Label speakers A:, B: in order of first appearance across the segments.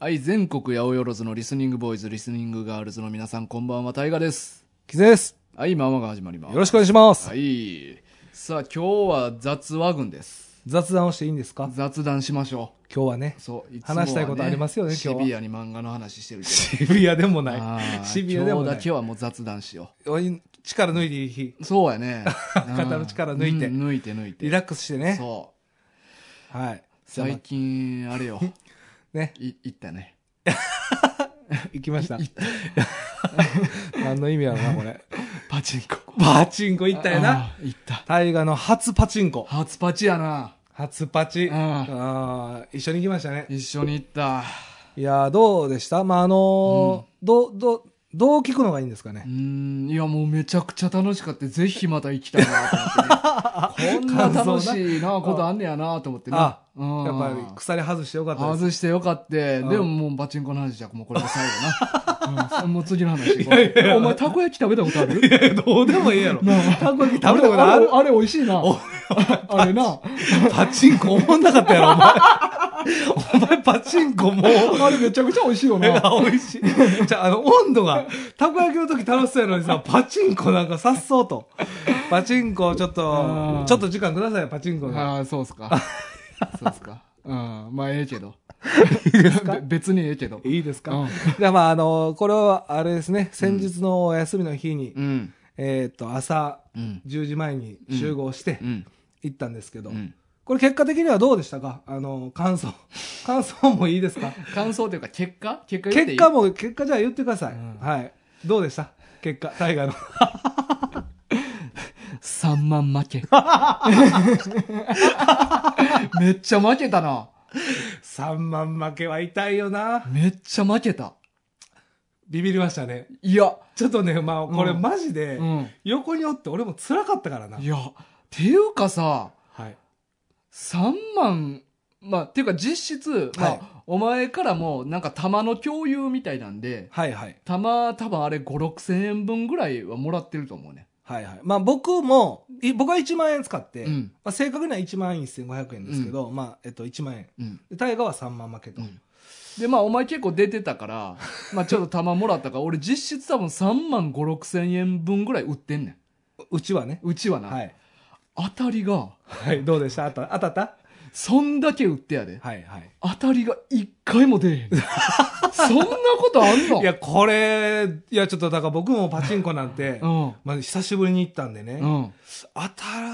A: はい、全国八百万のリスニングボーイズ、リスニングガールズの皆さん、こんばんは、タイガです。
B: キズです。
A: はい、ママが始まります。
B: よろしくお願いします。
A: はい。さあ、今日は雑話群です。
B: 雑談をしていいんですか
A: 雑談しましょ
B: 今日はね
A: う。。そう、いつもは、
B: 話したいことありますよね今日は
A: シビアに漫画の話してるけど。
B: シビアでも
A: あ
B: ない。
A: ー
B: シビアでも
A: 今
B: な
A: 日だけ。
B: い
A: はもう雑談しよ
B: おい力抜いていい日。
A: う。そうやね。
B: 肩の力抜いて
A: うん抜いて抜いて。
B: リラックスしてね。
A: そう。
B: はい。
A: 最近、あれよ。
B: ね、
A: い、行ったね。
B: 行きました。 何の意味やろな、これ。
A: パチンコ。
B: パチンコ行ったよな。
A: あー。行った。
B: 大河の初パチンコ。
A: 初パチやな。
B: 初パチ。
A: うん
B: あー一緒に行きましたね。
A: 一緒に行った。
B: いやー、どうでしたまあ、あのー、どう、どう、どう聞くのがいいんですか
A: う
B: ね。
A: ん、いや、もうめちゃくちゃ楽しかった。ぜひまた行きたいなと思って、ね。こんな楽しいなことあんねやなと思ってね。
B: あ
A: うん、
B: やっぱり鎖外してよかったです。
A: 外してよかった。で
B: ん
A: ももうパチンコの話じゃ、もうこれで最後 な。うんもう次の話行こう
B: いやいや
A: お前、たこ焼き食べたことある
B: いや どうでもいいやろ。たこ焼き食べたこと
A: あ
B: あ
A: れ
B: る
A: あれあれ美味しいな。 あれな。
B: パチンコ思んなかったやろ、お前。お前パチンコもう、
A: あれめちゃくちゃ美味しいよな。
B: あ美味しい。じゃあ、あの、温度が、たこ焼きの時楽しそうやのにさ、パチンコなんかさっそうと。パチンコ、ちょっ
A: あ
B: と
A: ー、
B: ちょっと時間くださいよ、パチンコの。
A: ああ、そうっすか。そうっすか。うん。まあ、ええけど。べ別にええけど。
B: いいですか、
A: うん
B: じゃあ、まあ、あの、これは、あれですね、先日のお休みの日に、
A: うん。
B: えーっと、朝
A: うん。
B: 10時前に集合して
A: うん。
B: 行ったんですけど、
A: うん
B: これ結果的にはどうでしたかあの、感想。感想もいいですか
A: 感想というか、結果結果言ってい
B: 結
A: い
B: 果も、結果じゃあ言ってください。
A: うん
B: はい。どうでした結果、大 河の。
A: 3万負 け。めっちゃ負けたな。
B: 3万負けは痛いよな。
A: めっちゃ負けた。
B: ビビりましたね。
A: いや、
B: ちょっとね、まあ、これ
A: うん
B: マジで
A: う、ん。
B: 横におって俺も辛かったからな。
A: いや、ていうかさ、
B: はい。
A: 3万、まあ、ていうか実質、まあ、
B: はい
A: お前からも、なんか玉の共有みたいなんで、
B: はいはい。
A: 玉、多分あれ5、6千円分ぐらいはもらってると思うね。
B: はいはい。まあ僕も、い僕は1万円使って、
A: うん。
B: まあ、正確には1万1500円ですけど、まあ、えっと、1万円。
A: うん。
B: で、大河は3万負けと。
A: うんで、まあ、お前結構出てたから、まあ、ちょっと玉もらったから、俺実質多分3万5、6千円分ぐらい売ってんねん。
B: うちはね。
A: うちはな。
B: はい。
A: 当たりが、
B: はい、どうでした当た当たった
A: そんだけ売ってやで。
B: はいはい。
A: 当たりが一回も出えへん。そんなことあんの
B: いや、これ、いや、ちょっとだから僕もパチンコなんて、
A: うん。
B: まあ、久しぶりに行ったんでね、
A: うん。
B: 当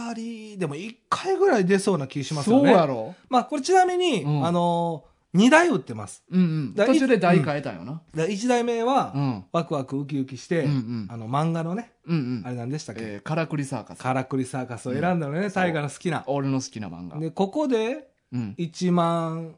B: たりでも1回ぐらい出そうな気しますよ
A: そう
B: ね。
A: やろ
B: まあ、これちなみに、
A: うん
B: あのー、2台売ってます。
A: うんうん。
B: だ
A: 途中で台変えたんよな。
B: だ1台目は、
A: うん。
B: ワクワクウキウキして、
A: うんうん
B: あの、漫画のね、
A: うんうん
B: あ。れなんでしたっけ、
A: えー、カラクリサーカス。
B: カラクリサーカスを選んだのね、
A: ん
B: タイガーの好きな。
A: 俺の好きな漫画。
B: で、ここで
A: うん。
B: 1万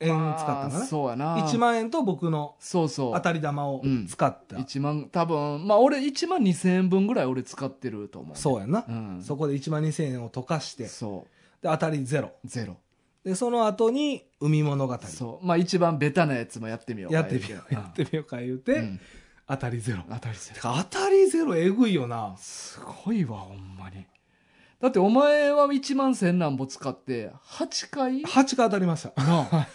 B: 円使った
A: まあ
B: の
A: そうやな。
B: ね。1。万円と僕の
A: そうそう。
B: 当たり玉を使った。
A: 1万、多分、まあ俺1万2千円分ぐらい俺使ってると思う。
B: そうやな。
A: う。うん。
B: そこで1万2000円を溶かして、で
A: そ
B: 当たりゼロ。
A: う。ゼロ。
B: で、その後に、海物語。
A: そう。まあ一番ベタなやつもやってみよう。
B: やってみよう、やってみようか言うて、
A: うん
B: 当たりゼロ。
A: 当たりゼロ
B: て。か、当たりゼロえぐいよな。
A: すごいわほんまにだってお前は1万千何歩使って8回な
B: 8回当たりました。
A: あ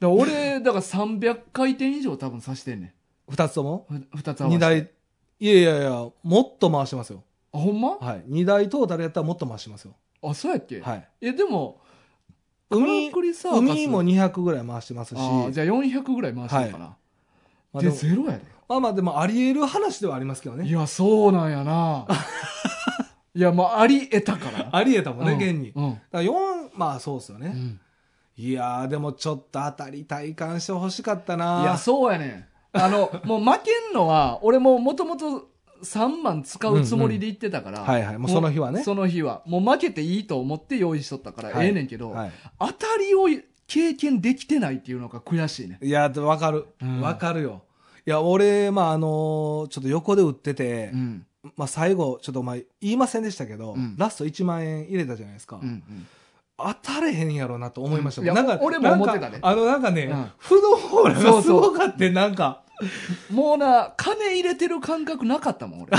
A: だ俺だから300回転以上多分さしてんね
B: 2つとも
A: ん2つ合わせて
B: ?2 台。いやいやいや、もっと回しますよ。
A: あほんま
B: はい。2台トータルやったらもっと回しますよ。
A: あそうやっけ、
B: はい。
A: えでも
B: 海
A: カラクリサーカス
B: 海も200ぐらい回してますし、
A: あじゃあ400ぐらい回してるかな、
B: まあ
A: で
B: でも
A: ゼロやで、
B: まあまあでもあり得る話ではありますけど
A: い
B: ね。
A: やそうなんやないやまああり得たから
B: あり得たもんね、
A: うん
B: 現に。だか
A: うん
B: ら4、まあそうです
A: う
B: よね。
A: ん
B: いやー、でもちょっと当たり体感してほしかったない
A: や、そうやねん。あの、もう負けんのは、俺ももともと3万使うつもりで行ってたから。
B: うんうんはいはいもうその日はね
A: その日は。もう負けていいと思って用意しとったから、
B: はい
A: ええねんけど、
B: はい。
A: 当たりを経験できてないっていうのが悔しいね。
B: いや、わかる
A: うん。
B: わかるよ。いや、俺、まあ、あのーちょっと横で売ってて、
A: うん。
B: まあ、最後、ちょっとまあ、言いませんでしたけど、
A: うん
B: ラスト1万円入れたじゃないですか。
A: うんうん
B: 当たれへんやろなと思いましたもん。
A: うんいや
B: なんか
A: 俺も思ってたね
B: なんかあの、なんかね、
A: うん
B: 不動ホールがすごかって、なんか、
A: もうな、金入れてる感覚なかったもん、 俺。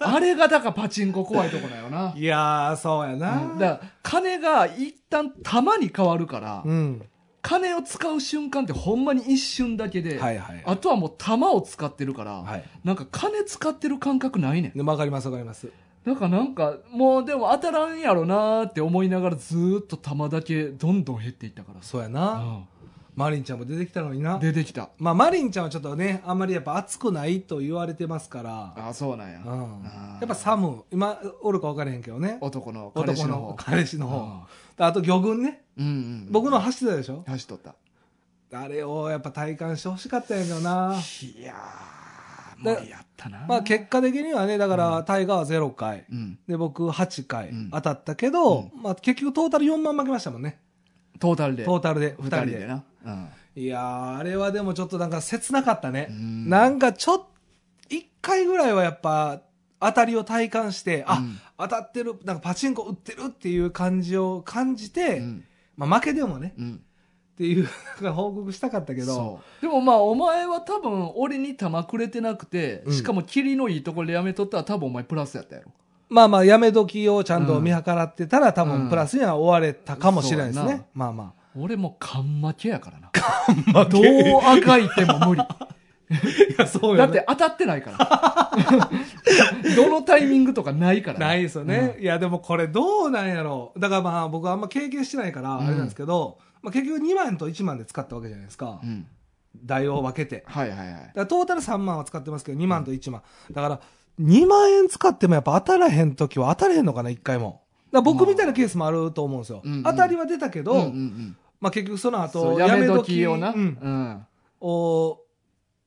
A: あれがだからパチンコ怖いとこだよな。
B: いやー、そうやな。
A: うんだから、金が一旦玉に変わるから、
B: うん。
A: 金を使う瞬間ってほんまに一瞬だけで、
B: はいはい
A: あとはもう玉を使ってるから、
B: はい
A: なんか金使ってる感覚ないねん
B: でわかりますわかります
A: なんかなんかもうでも当たらんやろなーって思いながらずーっと玉だけどんどん減っていったからさ、
B: そうやな
A: う、
B: マリンちゃんも出てきたのになん
A: 出てきた
B: まあマリンちゃんはちょっとねあんまりやっぱ熱くないと言われてますから
A: あそうなんや、
B: うん
A: あー
B: やっぱサム今おるか分からへんけどね
A: 男の彼氏
B: 男
A: の方
B: の彼氏の方
A: あ
B: あと魚群ね
A: ーうんうん、
B: 僕の走ってたでしょ
A: 走っとった
B: あれをやっぱ体感してほしかったんやけどない
A: やー
B: で
A: 無理やったな
B: まあ結果的にはねだからタイガーは0回
A: うん
B: で僕8回
A: うん
B: 当たったけどまあ結局トータル4万負けましたもんね
A: トータルで
B: トータルで
A: 二
B: 2人
A: 人
B: で
A: でな、うん、
B: いやーあれはでもちょっとなんか切なかったね、
A: うん
B: なんかちょっ一回ぐらいはやっぱ当たりを体感して、
A: う
B: あ
A: ん
B: 当たってるなんかパチンコ打ってるっていう感じを感じて、
A: うん
B: まあ、負けでもね
A: うん
B: っていうなんか報告したかったけど
A: そうでもまあお前は多分俺に玉くれてなくて、
B: うん
A: しかも霧のいいところでやめとったら多分お前プラスやったやろ
B: まあまあやめ時をちゃんと
A: うん
B: 見計らってたら、多
A: うん
B: 分プラスには追われたかもしれないです
A: そうや
B: ね
A: な、
B: まあま
A: 俺も勘負けやからな
B: あ
A: どうあがいても無 理
B: いやそう
A: だ
B: よ
A: っ
B: ね
A: て当たってないから どのタイミングとかないから
B: ないですよね、いやでもこれどうなんやろうだからまあ僕はあんま経験してないから
A: うん
B: あれなんですけど、まあ、結局2万と1万で使ったわけじゃないですか、
A: うん、うん
B: 代を分けてだか
A: はいはいはい
B: らトータル3万は使ってますけど2万と1万だから2万円使ってもやっぱ当たらへん時は当たらへんのかな1回もだから僕みたいなケースもあると思うんですよ、
A: うんうん
B: 当たりは出たけど、
A: うんうんうん
B: まあ、結局その
A: そ
B: 後
A: うやめ時をな、
B: やめ時うんを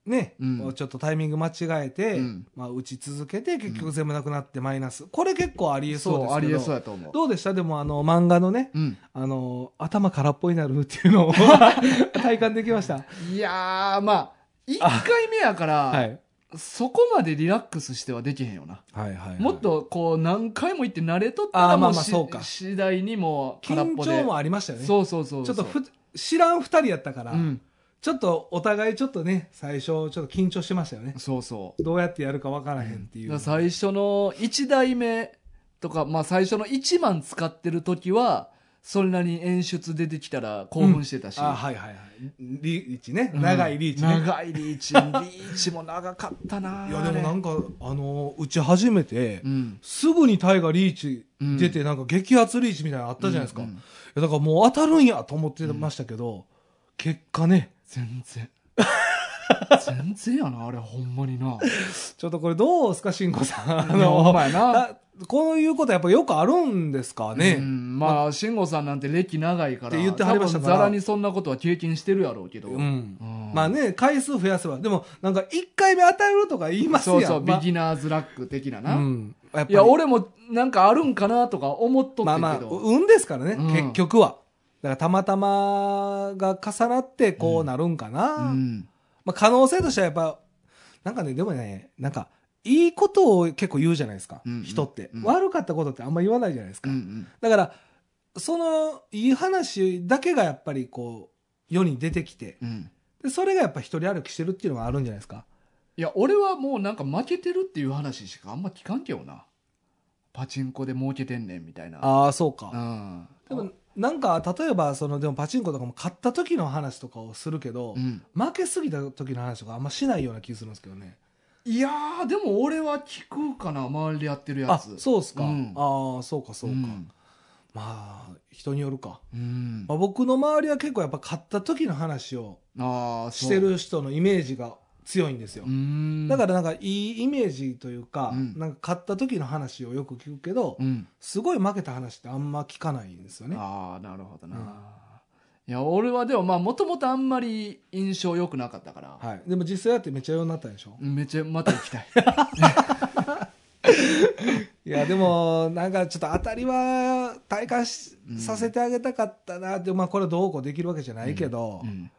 B: ね、
A: うん
B: ちょっとタイミング間違えて、
A: うん
B: まあ、打ち続けて結局全部なくなってマイナス、これ結構ありえそう
A: そ
B: で
A: うあ
B: す
A: りえ
B: けど
A: そうやと思う
B: どうでしたでもあの漫画のね、
A: うん
B: あの頭空っぽになるっていうのを 体感できました。
A: いやーまあ1回目やから、
B: はい。
A: そこまでリラックスしてはできへんよな
B: はいはい。
A: もっとこう何回も行って慣れとった
B: あ
A: ら
B: ーま
A: も
B: あ
A: う
B: まあ
A: し
B: そうか
A: 次第にもう空っ
B: 緊
A: ぽで
B: 張もありましたよね。
A: そうそうそう
B: ち
A: そ
B: ょ
A: う
B: っとふ知らん二人やったから、
A: うん
B: ちょっとお互いちょっとね、最初ちょっと緊張してましたよね。
A: そうそう
B: どうやってやるかわからへんってい
A: だ
B: う。
A: から最初の1台目とか、まあ、最初の1万使ってる時はそんなに演出出てきたら興奮してたし、
B: あはいはいはい。リーチね。
A: うん
B: 長いリーチね。
A: 長いリーチリーチも長かったないい
B: やでもなんか、あの打ち始めて、
A: うん
B: すぐにタイがリーチ出て、なんか激アツリーチみたいなのあったじゃないですか。
A: うんう
B: い
A: ん
B: やだからもう当たるんやと思ってましたけど、結果ね、
A: 全 然全然やなあれほんまにな
B: ちょっとこれどうですか、しんこさん。あ
A: いやほん
B: の、
A: まやな
B: たこういうことやっぱよくあるんですかね。
A: うん、まあ慎吾さんなんて歴長いから
B: って言ってはりましたから
A: 多分ざらにそんなことは経験してるやろうけど、
B: うん
A: うん
B: まあね、回数増やせば。でも、なんか1回目当たるとか言いますや
A: そ
B: ん。
A: うそう、
B: まあ
A: ビギナーズラック的なな、
B: うん。やっぱ
A: い
B: り
A: や俺もなんかあるんかなとか思っとってんけど、
B: まあまあ、運ですからね、
A: うん
B: 結局は。だからたまたまが重なってこうなるんかな。
A: うん、
B: まあ、可能性としてはやっぱ、なんかね、でもね、なんか、いいことを結構言うじゃないですか、
A: うんうん
B: 人って、
A: うん
B: 悪かったことってあんま言わないじゃないです
A: う
B: か。
A: んうん
B: だから、その、いい話だけがやっぱりこう、世に出てきて、
A: うん
B: でそれがやっぱ一人歩きしてるっていうのはあるんじゃないですか。
A: いや俺はもうなんか負けてるっていう話しかあんま聞かんけどなパチンコで儲けてんねんみたいな
B: ああ、そうか。
A: うん
B: でも、なんか、例えば、その、でもパチンコとかも買った時の話とかをするけど、
A: うん
B: 負けすぎた時の話とかあんましないような気するんですけどね。
A: いやーでも俺は聞くかな周りでやってるや
B: あ
A: つ、
B: そうっすか。
A: うん
B: ああ、そうか、そうか。
A: ん
B: まあ、人によるか。
A: うん
B: まあ、僕の周りは結構やっぱ買った時の話を
A: ああ
B: してる人のイメージが強いんですよ。だ
A: だ、
B: かららなんかいいイメージというか、
A: うん
B: なんか買った時の話をよく聞くけど、
A: うん、
B: すごい負けた話ってあんま聞かないんですよね。
A: ああなるほどな、
B: うん
A: いや俺はでもまあもともとあんまり印象良くなかったから、
B: はい。でも実際やってめっちゃようになったんでしょ
A: めっちゃまた行 きたい
B: いや、でも、なんかちょっと当たりは体感し
A: うん
B: させてあげたかったなって、まあこれどうこうできるわけじゃないけど、
A: うん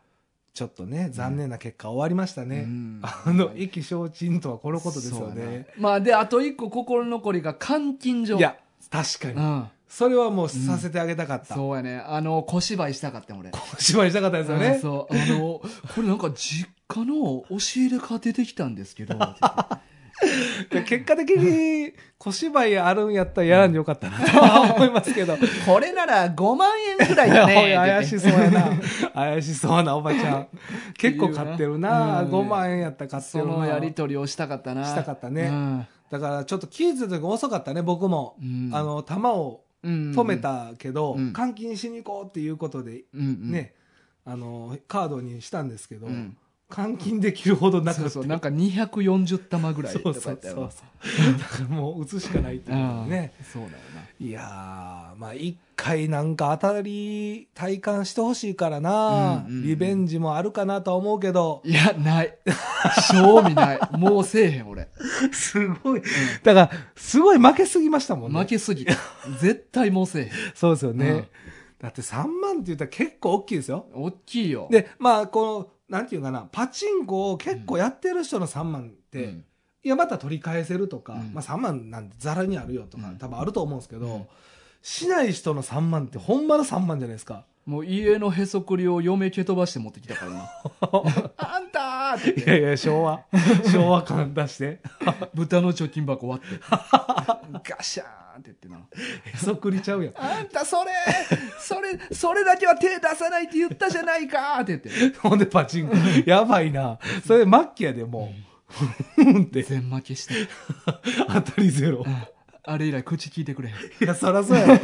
B: ちょっとね、残念な結果終わりましたね。
A: うん
B: あの、意気消沈とはこのことですよ
A: そうや
B: ね
A: な。まあであと一個心残りが監禁所
B: いや、確かに
A: う。ん、
B: それはもうさせてあげたかった。
A: そうやねあの小芝居したかった俺
B: お芝居したかったですよ
A: あ
B: ね。
A: そう あのこれなんか実家の押し入れから出てきたんですけどって言って
B: で結果的に小芝居あるんやったらやらんでよかったなとは思いま すけど。
A: これなら5万円くらいだね。
B: おい怪
A: って
B: し
A: 言って
B: そうや な。怪しそうなおばちゃん。結構買ってるな。
A: うん
B: 5万円やったら買って
A: そ
B: るな。
A: のやりとりをしたかったな。
B: したかった
A: う
B: ね。
A: ん
B: だからちょっと気づいた時遅かったね、僕も。
A: うん
B: あの、弾を
A: うん
B: 止めたけど、
A: うん
B: 監禁しに行こうっていうことで、
A: うんうん
B: ね、あの、カードにしたんですけど、
A: うん
B: 監禁できるほどなか
A: そ
B: っ
A: う
B: た。
A: そうなんか240玉ぐらい
B: そう
A: と
B: そ
A: か
B: う
A: だ
B: そう
A: よ
B: そうだからもう打つしかないっていう
A: な
B: ね
A: うんそうだよない
B: やーまあ一回なんか当たり体感してほしいからな、
A: うんうんうん
B: リベンジもあるかなとは思うけ ど
A: いやない賞味ないもうせえへん俺
B: すごいだからすごい負けすぎましたもんね
A: 負けすぎた絶対もうせえへん
B: そうですよね、
A: うん
B: だって3万って言ったら結構大きいですよ
A: 大きいよ
B: でまあこのなんていうかなパチンコを結構やってる人の3万って、
A: うん
B: いやまた取り返せるとか、
A: うん
B: まあ、3万なんてざらにあるよとか、
A: うん
B: 多分あると思うんですけど、
A: うん
B: しない人の3万ってほんまの3万じゃないですか
A: もう家のへそくりを嫁蹴飛ばして持ってきたからな あんたーって
B: い
A: 言っ
B: や
A: て
B: いや昭和 昭和感出して
A: 豚の貯金箱割って ガシャーンって言ってな
B: へそくりちゃうやん
A: あんたそれそれそれだけは手出さないって言ったじゃないかーって言って
B: ほんでパチンコやばいなそれ末期やでもう うんって
A: 全負けして
B: 当たりゼロ
A: あれ以来口聞いてくれへん
B: いやそらそうや ろ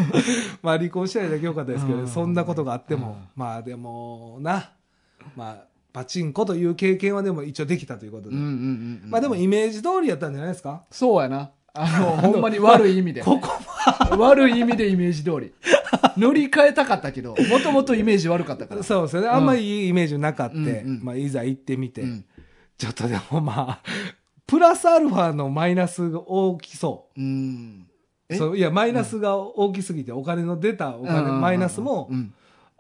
B: まあ離婚したいだけよかったですけ
A: う
B: ど
A: ん
B: そんなことがあってもまあでもなまあパチンコという経験はでも一応できたということで、
A: うんうんうん
B: まあでもイメージ通りやったんじゃないですか
A: そうやな。あの、ほんまに悪い意味で。
B: ここ
A: 悪い意味でイメージ通り。塗り替えたかったけど、もともとイメージ悪かったから。
B: そうですよね。あんまりいいイメージなかった。
A: うんうん
B: まあ、いざ行ってみて、
A: うん
B: ちょっとでもまあ、プラスアルファのマイナスが大きそ
A: うん。
B: う。
A: え
B: そういや、マイナスが大きすぎて、お金の出たお金、マイナスも
A: うん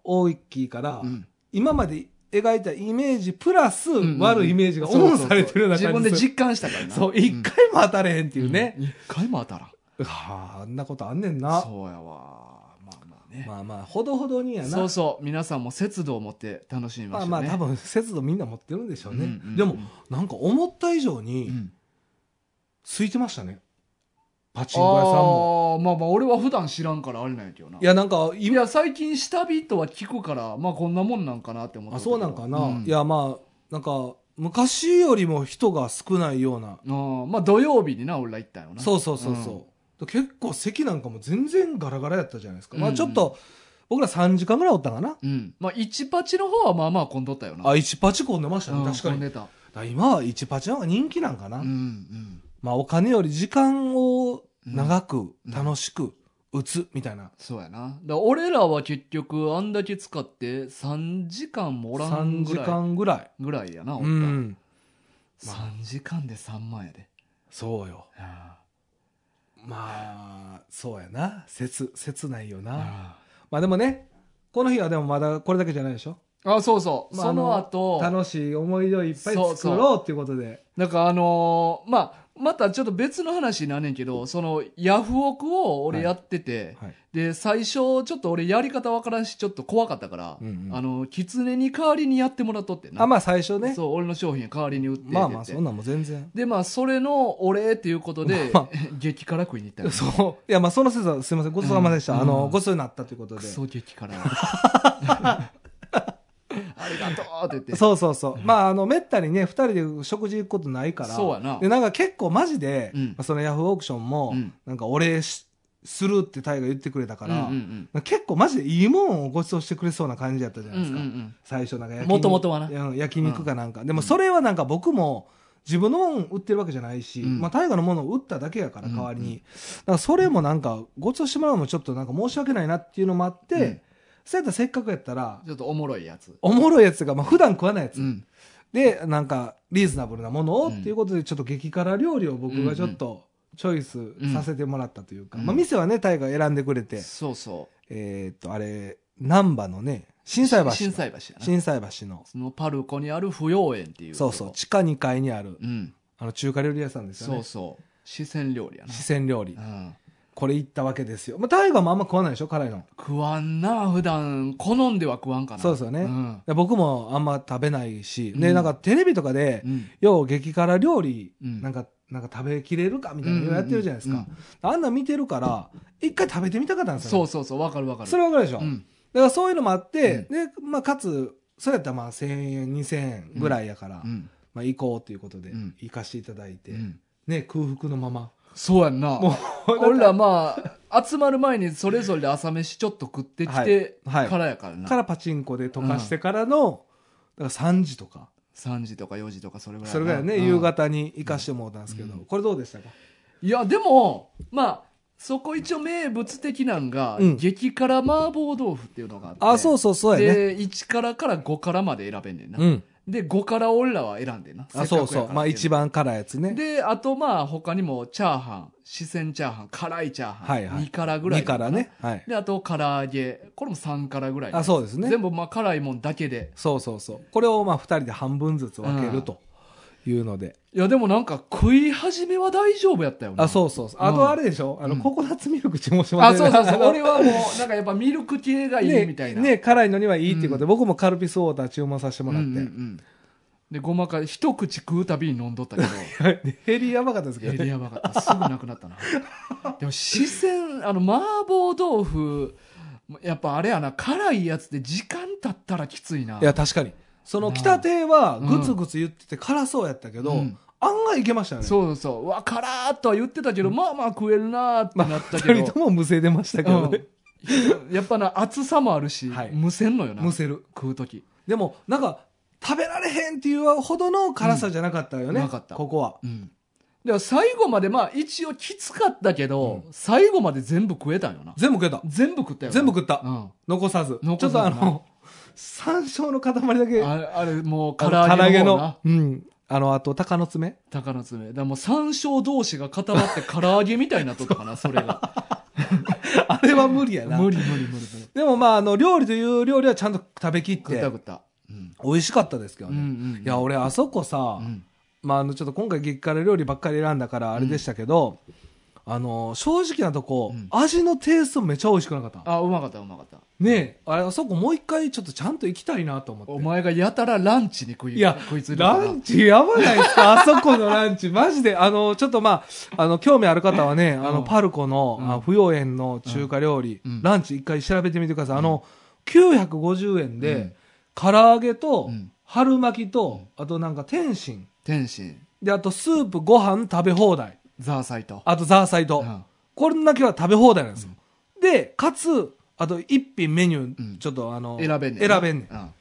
B: 大きいから、
A: うん
B: 今まで描いたイメージプラス
A: うん
B: 悪いイメージがオンされてるような
A: そうそうそう自分
B: 感
A: で
B: じ
A: 実感したからな。
B: そう、一回も当たれへんっていうね。
A: うん。一回も当たらん。
B: はあ、あんなことあんねんな。
A: そうやわ。まあまあね。
B: まあまあ、ほどほどにやな。
A: そうそう。皆さんも節度を持って楽しみま
B: ま
A: し
B: あ
A: ょうね。
B: まあ、多分、節度みんな持ってるんでしょうね。
A: うんうんうん
B: でも、なんか思った以上に、
A: うん。
B: 空いてましたねパチンコ屋さんも
A: ああ、まあまあ、俺は普段知らんからあれなんやけどな。
B: いやなんか
A: い
B: 今
A: や、最近下火とは聞くから、まあこんなもんなんかなって思って
B: あ
A: たけ
B: そ
A: ど
B: うなんかな、
A: うん
B: いやまあなんか昔よりも人が少ないような
A: あーまあ土曜日にな俺ら行ったよな
B: そうそうそうそう、結構席なんかも全然ガラガラやったじゃないですか、まあちょっと僕ら3時間ぐらいおったかな、
A: うん、うんまあ1パチの方はまあまあ混んどったよな
B: あ1パチ混んでました
A: うん
B: ね確か
A: 混ん
B: にだ
A: でた
B: から今は1パチの方が人気なんかな、
A: うんうん
B: まあお金より時間を長く楽しく打つみたいな、
A: そうやなだから俺らは結局あんだけ使って3時間もおらん
B: 3
A: ぐ
B: 時
A: らい
B: 間ぐらい
A: ぐらいやな、おっ
B: う
A: た
B: ん
A: 3時間で3万やで
B: そうよ
A: あ
B: まあそうやな切切ないよな、
A: あ
B: まあでもねこの日はでもまだこれだけじゃないでしょ
A: あそうそう、
B: まあ
A: その後
B: 楽しい思い出をいっぱい
A: そう
B: 作ろうっていうことで
A: なんかあのーまあまたちょっと別の話になんねんけどそのヤフオクを俺やってて、
B: はい
A: で最初ちょっと俺やり方わからんしちょっと怖かったから、
B: うんうん
A: あの狐に代わりにやってもらっとってな
B: あまあ最初ね
A: そう俺の商品代わりに売ってって
B: まあまあそん
A: な
B: なんも全然
A: でまあそれのお礼っていうことで、
B: まあ
A: 激辛食いに行ったよ
B: そういやまあその説はすいませんごちそうさまでした、
A: うん
B: あの
A: うん
B: ごちそうになったということ
A: ク
B: で
A: ソ激 辛ありがとうって言って
B: そうそうそう、まああのめったにね2人で食事行くことないから
A: そうやな
B: でなんか結構マジで、
A: うん
B: まあそのヤフーオークションも、
A: うん
B: なんかお礼しするってタイが言ってくれたから、
A: うんうん
B: 結構マジでいいもんをごちそうしてくれそうな感じやったじゃ
A: うん
B: ないですか、
A: うんうん
B: 最初なんか焼
A: 元々はな
B: な焼肉かなんか、でもそれはなんか僕も自分のもの売ってるわけじゃないし、
A: うん
B: まあ大河のものを売っただけやから
A: うん
B: 代わりに、だからそれもなんかごちそうしてもらうのもちょっとなんか申し訳ないなっていうのもあって、
A: うん
B: そうやったらせっかくやったら
A: ちょっとおもろいやつ、
B: おもろいやつがまあ普段食わないやつ、
A: うん、
B: でなんかリーズナブルなものを
A: う
B: っ
A: ん
B: ていうことでちょっと激辛料理を僕がちょっとチョイスさせてもらったというか、
A: うん
B: まあ店はね大河選んでくれて、
A: そうそ
B: えーっとあれ難波のね
A: う
B: 心斎橋
A: 心斎橋やな
B: 心斎橋の
A: そのパルコにある芙蓉園っていう
B: そうそう地下2階にある
A: うん
B: あの中華料理屋さんですよ
A: そう
B: ね
A: そう四川料理やな
B: 四川料理
A: うん
B: これ行ったわけですよまあ大河もあんま食わないでしょ辛いの
A: 食わんな普段好んでは食わんかな
B: そうですよね
A: ん
B: で僕もあんま食べないし
A: う
B: で
A: ん
B: なんかテレビとかで
A: うん
B: よう激辛料理
A: うん
B: なんかなんか食べきれるかみたいなのやってるじゃないですか、
A: うんうん
B: あんなん見てるから一回食べてみたかったんです
A: そ
B: よ、
A: う
B: ね、
A: そうそう、わかるわかる。
B: それわかるでしょ、
A: うん。
B: だからそういうのもあって、でまあ、かつそれやったらまあ1000円2000円ぐらいやから、
A: うん。
B: まあ、行こうということで
A: うん
B: 行かしていただいて、
A: うん
B: ね、空腹のまま
A: そうやんな。
B: もう
A: 俺らまあ、集まる前にそれぞれで朝飯ちょっと食ってきて
B: はいはい
A: からやからな。
B: からパチンコで溶かしてからの、だから3時とか
A: 3時とか4時とかそれぐらいやな。
B: それぐらいね、
A: うん
B: 夕。方に行かしてもらったんですけど、
A: うん
B: これどうでしたか
A: いや、でも、まあ、そこ一応名物的なんが、
B: うん
A: 激辛麻婆豆腐っていうのがあって。
B: あ、そうそうそうやね。
A: で、1辛から5辛まで選べんねんな。
B: うん。
A: で、5辛俺らは選んでんな。
B: あ、そうそう。まあ一
A: 番。
B: 番辛いやつね。
A: で、あとまあ他にも、チャーハン、四川チャーハン、辛いチャーハン、
B: はいはい
A: 2辛ぐらい。
B: 2から。ね。はい。
A: で、あと唐揚げ、これも3辛ぐらい。
B: あ、そうですね
A: 全。部まあ辛いもんだけで。
B: そうそうそう。これをまあ二人で半分ずつ分けるというので。
A: いや、でもなんか食い始めは大丈夫やったよな。
B: あ、
A: う。
B: そうそうそう。
A: うん
B: あとあれでしょあの、
A: うん
B: ココナッツミルク注文しま
A: あ、
B: す
A: そうそうそう。 俺
B: は
A: はもう、なんかやっぱミルク系がいいみたいな。
B: ねね辛いのにはいいっていうことで、僕もカルピスウォーター注文させてもらっ
A: うんうんう
B: て。
A: んで、ごまか、一口食うたびに飲んどったけど、
B: で減りやばかったですけ
A: え
B: ど
A: で
B: ね。
A: やばかった。すぐなくなったな。でも、四川、あの、麻婆豆腐、やっぱあれやな、辛いやつで時間経ったらきついな。
B: いや、確かに。その、
A: なあ
B: 来たてはグツグツ言ってて辛そうやったけど、
A: うん
B: 案外いけましたよね。
A: そうそう。うわ、辛ーっとは言ってたけど、まあまあ食えるなーってなったけ
B: 二
A: ど
B: 人。ともむせ出ましたけどね。
A: うんやっぱな、厚さもあるし、
B: はい
A: むせんのよな。
B: むせる。
A: 食うとき。
B: でも、なんか、食べられへんっていうほどの辛さじゃなかったよね。
A: うんなかった
B: ここは。
A: うん。では最後まで、まあ一応きつかったけど、最後まで全部食えたよな。
B: 全部食えた。
A: 全部食ったよな。
B: 全部食った。
A: うん。
B: 残さず。
A: 残
B: ちょ
A: さ
B: っ
A: ず
B: とあの、山椒の塊だけ、
A: あれ、あれもう唐
B: あの
A: 揚げの方な。
B: うん。あの、あと、鷹 の爪。
A: 鷹の爪。だからもう山椒同士が固まって唐揚げみたいになっとったかな、 それが。
B: あれは無理やな。
A: 無理無理無理無理。
B: でも、まあ、あの、料理という料理はちゃんと食べきっ
A: 食った
B: て、
A: 食った。うん。
B: 美味しかったですけど
A: うん
B: ね。
A: うん。
B: いや、俺、あそこ
A: う
B: さ、
A: ん。
B: まあ、あの、ちょっと今回激辛料理ばっかり選んだから、あれでしたけど、あの、正直なとこ、
A: うん
B: 味のテイストめちゃ美味しくなかった。
A: あ、うまかったうまかった。
B: ねえ、あれ、あそこもう一回ちょっとちゃんと行きたいなと思って。
A: お前がやたらランチに食い、
B: いや
A: 食いついてた
B: ラ
A: な
B: ンチやばないですか あそこのランチ。マジで、あの、ちょっとまあ、あの、興味ある方はね、あ
A: う
B: の、
A: ん
B: パルコの、
A: うん
B: あ不要園の中華料理、
A: うん
B: ランチ一回調べてみてください。あの、950円で、
A: うん
B: 唐揚げと、
A: うん
B: 春巻きと、あとなんか天津。
A: 天津、
B: で、あとスープ、ご飯食べ放題。
A: ザーサイト。
B: あとザーサイと。
A: うん
B: これだけは食べ放題なんですよ。で、かつ、あと一品メニュー、
A: うん
B: ちょっとあの、
A: 選べんねん。
B: 選べんねん。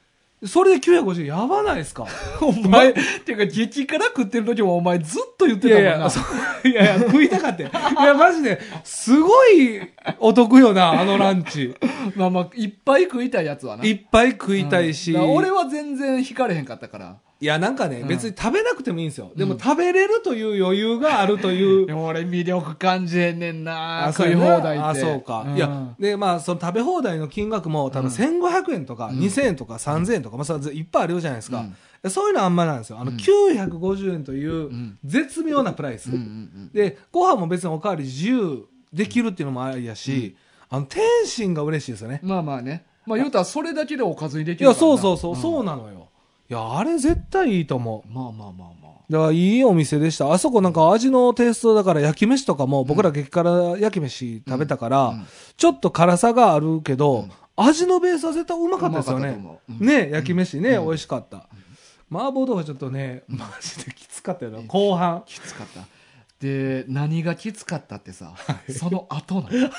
A: うん。
B: それで950円やばないですか
A: お前、っていうか、激辛食ってる時もお前ずっと言って
B: い
A: たも
B: や
A: ん
B: い
A: な。
B: や、そういやいや、食いたかったよ。いや、マジで、すごいお得よな、あのランチ。
A: まあまあ、いっぱい食いたいやつはな。
B: い
A: っ
B: っぱい食いたいし。
A: 俺は全然惹かれへんかったから。
B: いや、なんかね、
A: うん
B: 別に食べなくてもいいんですよ。で
A: う
B: も
A: ん
B: 食べれるという余裕があるとい う
A: で。も俺魅力感じへんねんな
B: そう
A: 食い
B: やな
A: 放題って。
B: あ、そうか。
A: ん
B: いや、で、まあ、その食べ放題の金額も、多分1500円とか、
A: ん
B: 2000円とか、3000円とか、まあ、それいっぱいあるじゃないですか。そういうのはあんまなんですよ。あの、
A: うん、
B: 950円というん絶妙なプライス。
A: うんうんうん。
B: でご飯も別におかわり自由できるっていうのもありやし、あの天津が嬉しいですよね、
A: まあまあね。まあ言うたらそれだけでおかずにでき
B: い
A: るから
B: や
A: な。
B: そうそうそう、
A: ん
B: そうなのよいやあれ絶対いいと思う
A: まあまあまあまあ。
B: だからいいお店でしたあそこなんか味のテイストだから焼き飯とかも僕ら激辛焼き飯食べたから、
A: うん
B: ちょっと辛さがあるけど、
A: うん
B: 味のベースは絶対うまかったですよ
A: うま
B: ね
A: かったと思ううん
B: ね焼き飯ね、
A: うん
B: 美味しかった、麻婆豆腐はちょっとねマジできつかったよな後半
A: きつかったで何がきつかったってさ、その後なの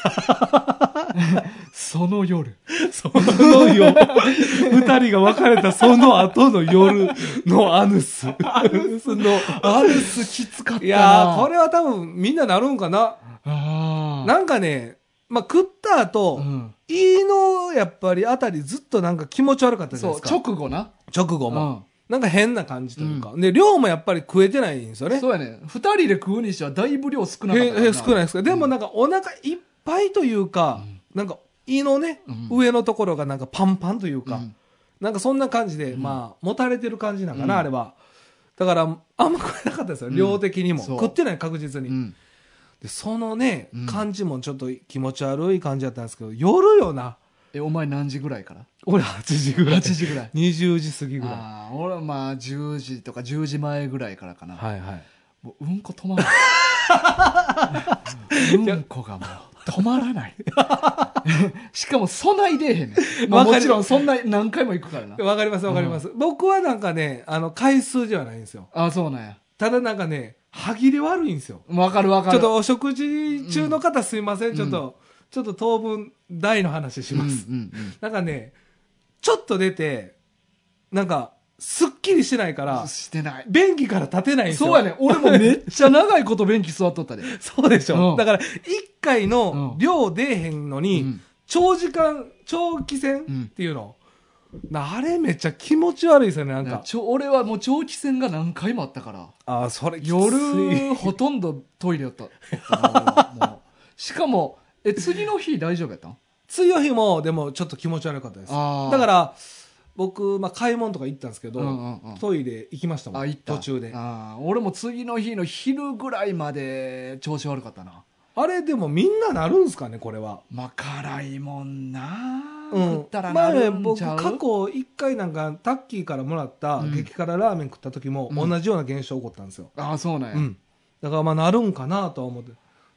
A: その夜
B: その 夜、二人が別れたその後の夜のアヌス。アヌスの。
A: アルスきつかったない
B: いやー、これは多分みんななるんかな。
A: あー
B: なんかね、まあ、食った後
A: う、ん、
B: 飯のやっぱりあたりずっとなんか気持ち悪かったじゃ
A: そ
B: ないうですか
A: 直。後な、
B: 直後
A: う
B: も。
A: ん
B: なんか変な感じというか。で、量もやっぱり食えてないんですよね。
A: そうやね2人で食うにしてはだいぶ量少なかったから
B: へへ少ないですか。でもなんかお腹いっぱいというか、なんか胃のね、
A: うん
B: 上のところがなんかパンパンという
A: う
B: か、
A: ん
B: なんかそんな感じで、まあ、もたれてる感じなんかな、
A: うん
B: あれは。だから、あんま食えなかったですよ、
A: うん
B: 量的にも。
A: そう
B: 食ってない、確実に。
A: うん
B: で、そのね
A: うん、
B: 感じもちょっと気持ち悪い感じだったんですけど、夜よな。
A: えお前何時ぐらいから
B: 俺8時ぐらい。
A: 8時ぐらい
B: 20時過ぎぐらい。
A: ああ俺はまあ10時とか10時前ぐらいからかな、
B: はいはい。
A: もううんこ止ま らないうんこがもう止まら ないしかもそない出えへんねん、まあ、
B: わか
A: も
B: る
A: ちろんそんな何回も行くからな
B: わかりますわかります、僕はなんかねあの回数ではないんですよ
A: あそうなんや
B: ただなんかね歯切れ悪いんですよ
A: わかるわか
B: ち
A: る
B: ょっとお食事中の方すいません、ちょっとちょっと当分大の話し
A: うんう
B: ます、
A: ん
B: なんかねちょっと出てなんかすっきりしてないか
A: う
B: ら
A: んしてない
B: 便器から立てないんですよ
A: そうやねん俺もめっちゃ長いこと便器座っとったで、
B: そうでしょ、
A: うん
B: だから一回
A: う
B: の
A: ん
B: 量出えへんのに、
A: うん
B: 長時間長期戦
A: うん
B: っていうの、なあれめっちゃ気持ち悪いですよねなん
A: なん
B: か
A: かちょ俺はもう長期戦が何回もあったから
B: ああそれきつい
A: 夜ほとんどトイレや っただったなもうしかもえ次の日大丈夫やったん
B: 次の日もでもちょっと気持ち悪かったですだ
A: あー
B: から僕、まあ、買い物とか行ったんですけど、
A: うんうんうん
B: トイレ行きましたも
A: あ
B: ん
A: 行った
B: 途中であ
A: あー俺も次の日の昼ぐらいまで調子悪かったな
B: れでもみんななるんですかねこれは
A: まあ辛いもんな、
B: うん
A: 食ったらな
B: 前
A: るん
B: 僕
A: ちゃ
B: 過
A: う、
B: 去一回なんかタッキーからもらった
A: うん
B: 激辛ラーメン食った時も
A: う
B: 同
A: ん
B: じような現象起こったんですよ、
A: ああそうなんや、
B: うんだからまあなるんかなとは思って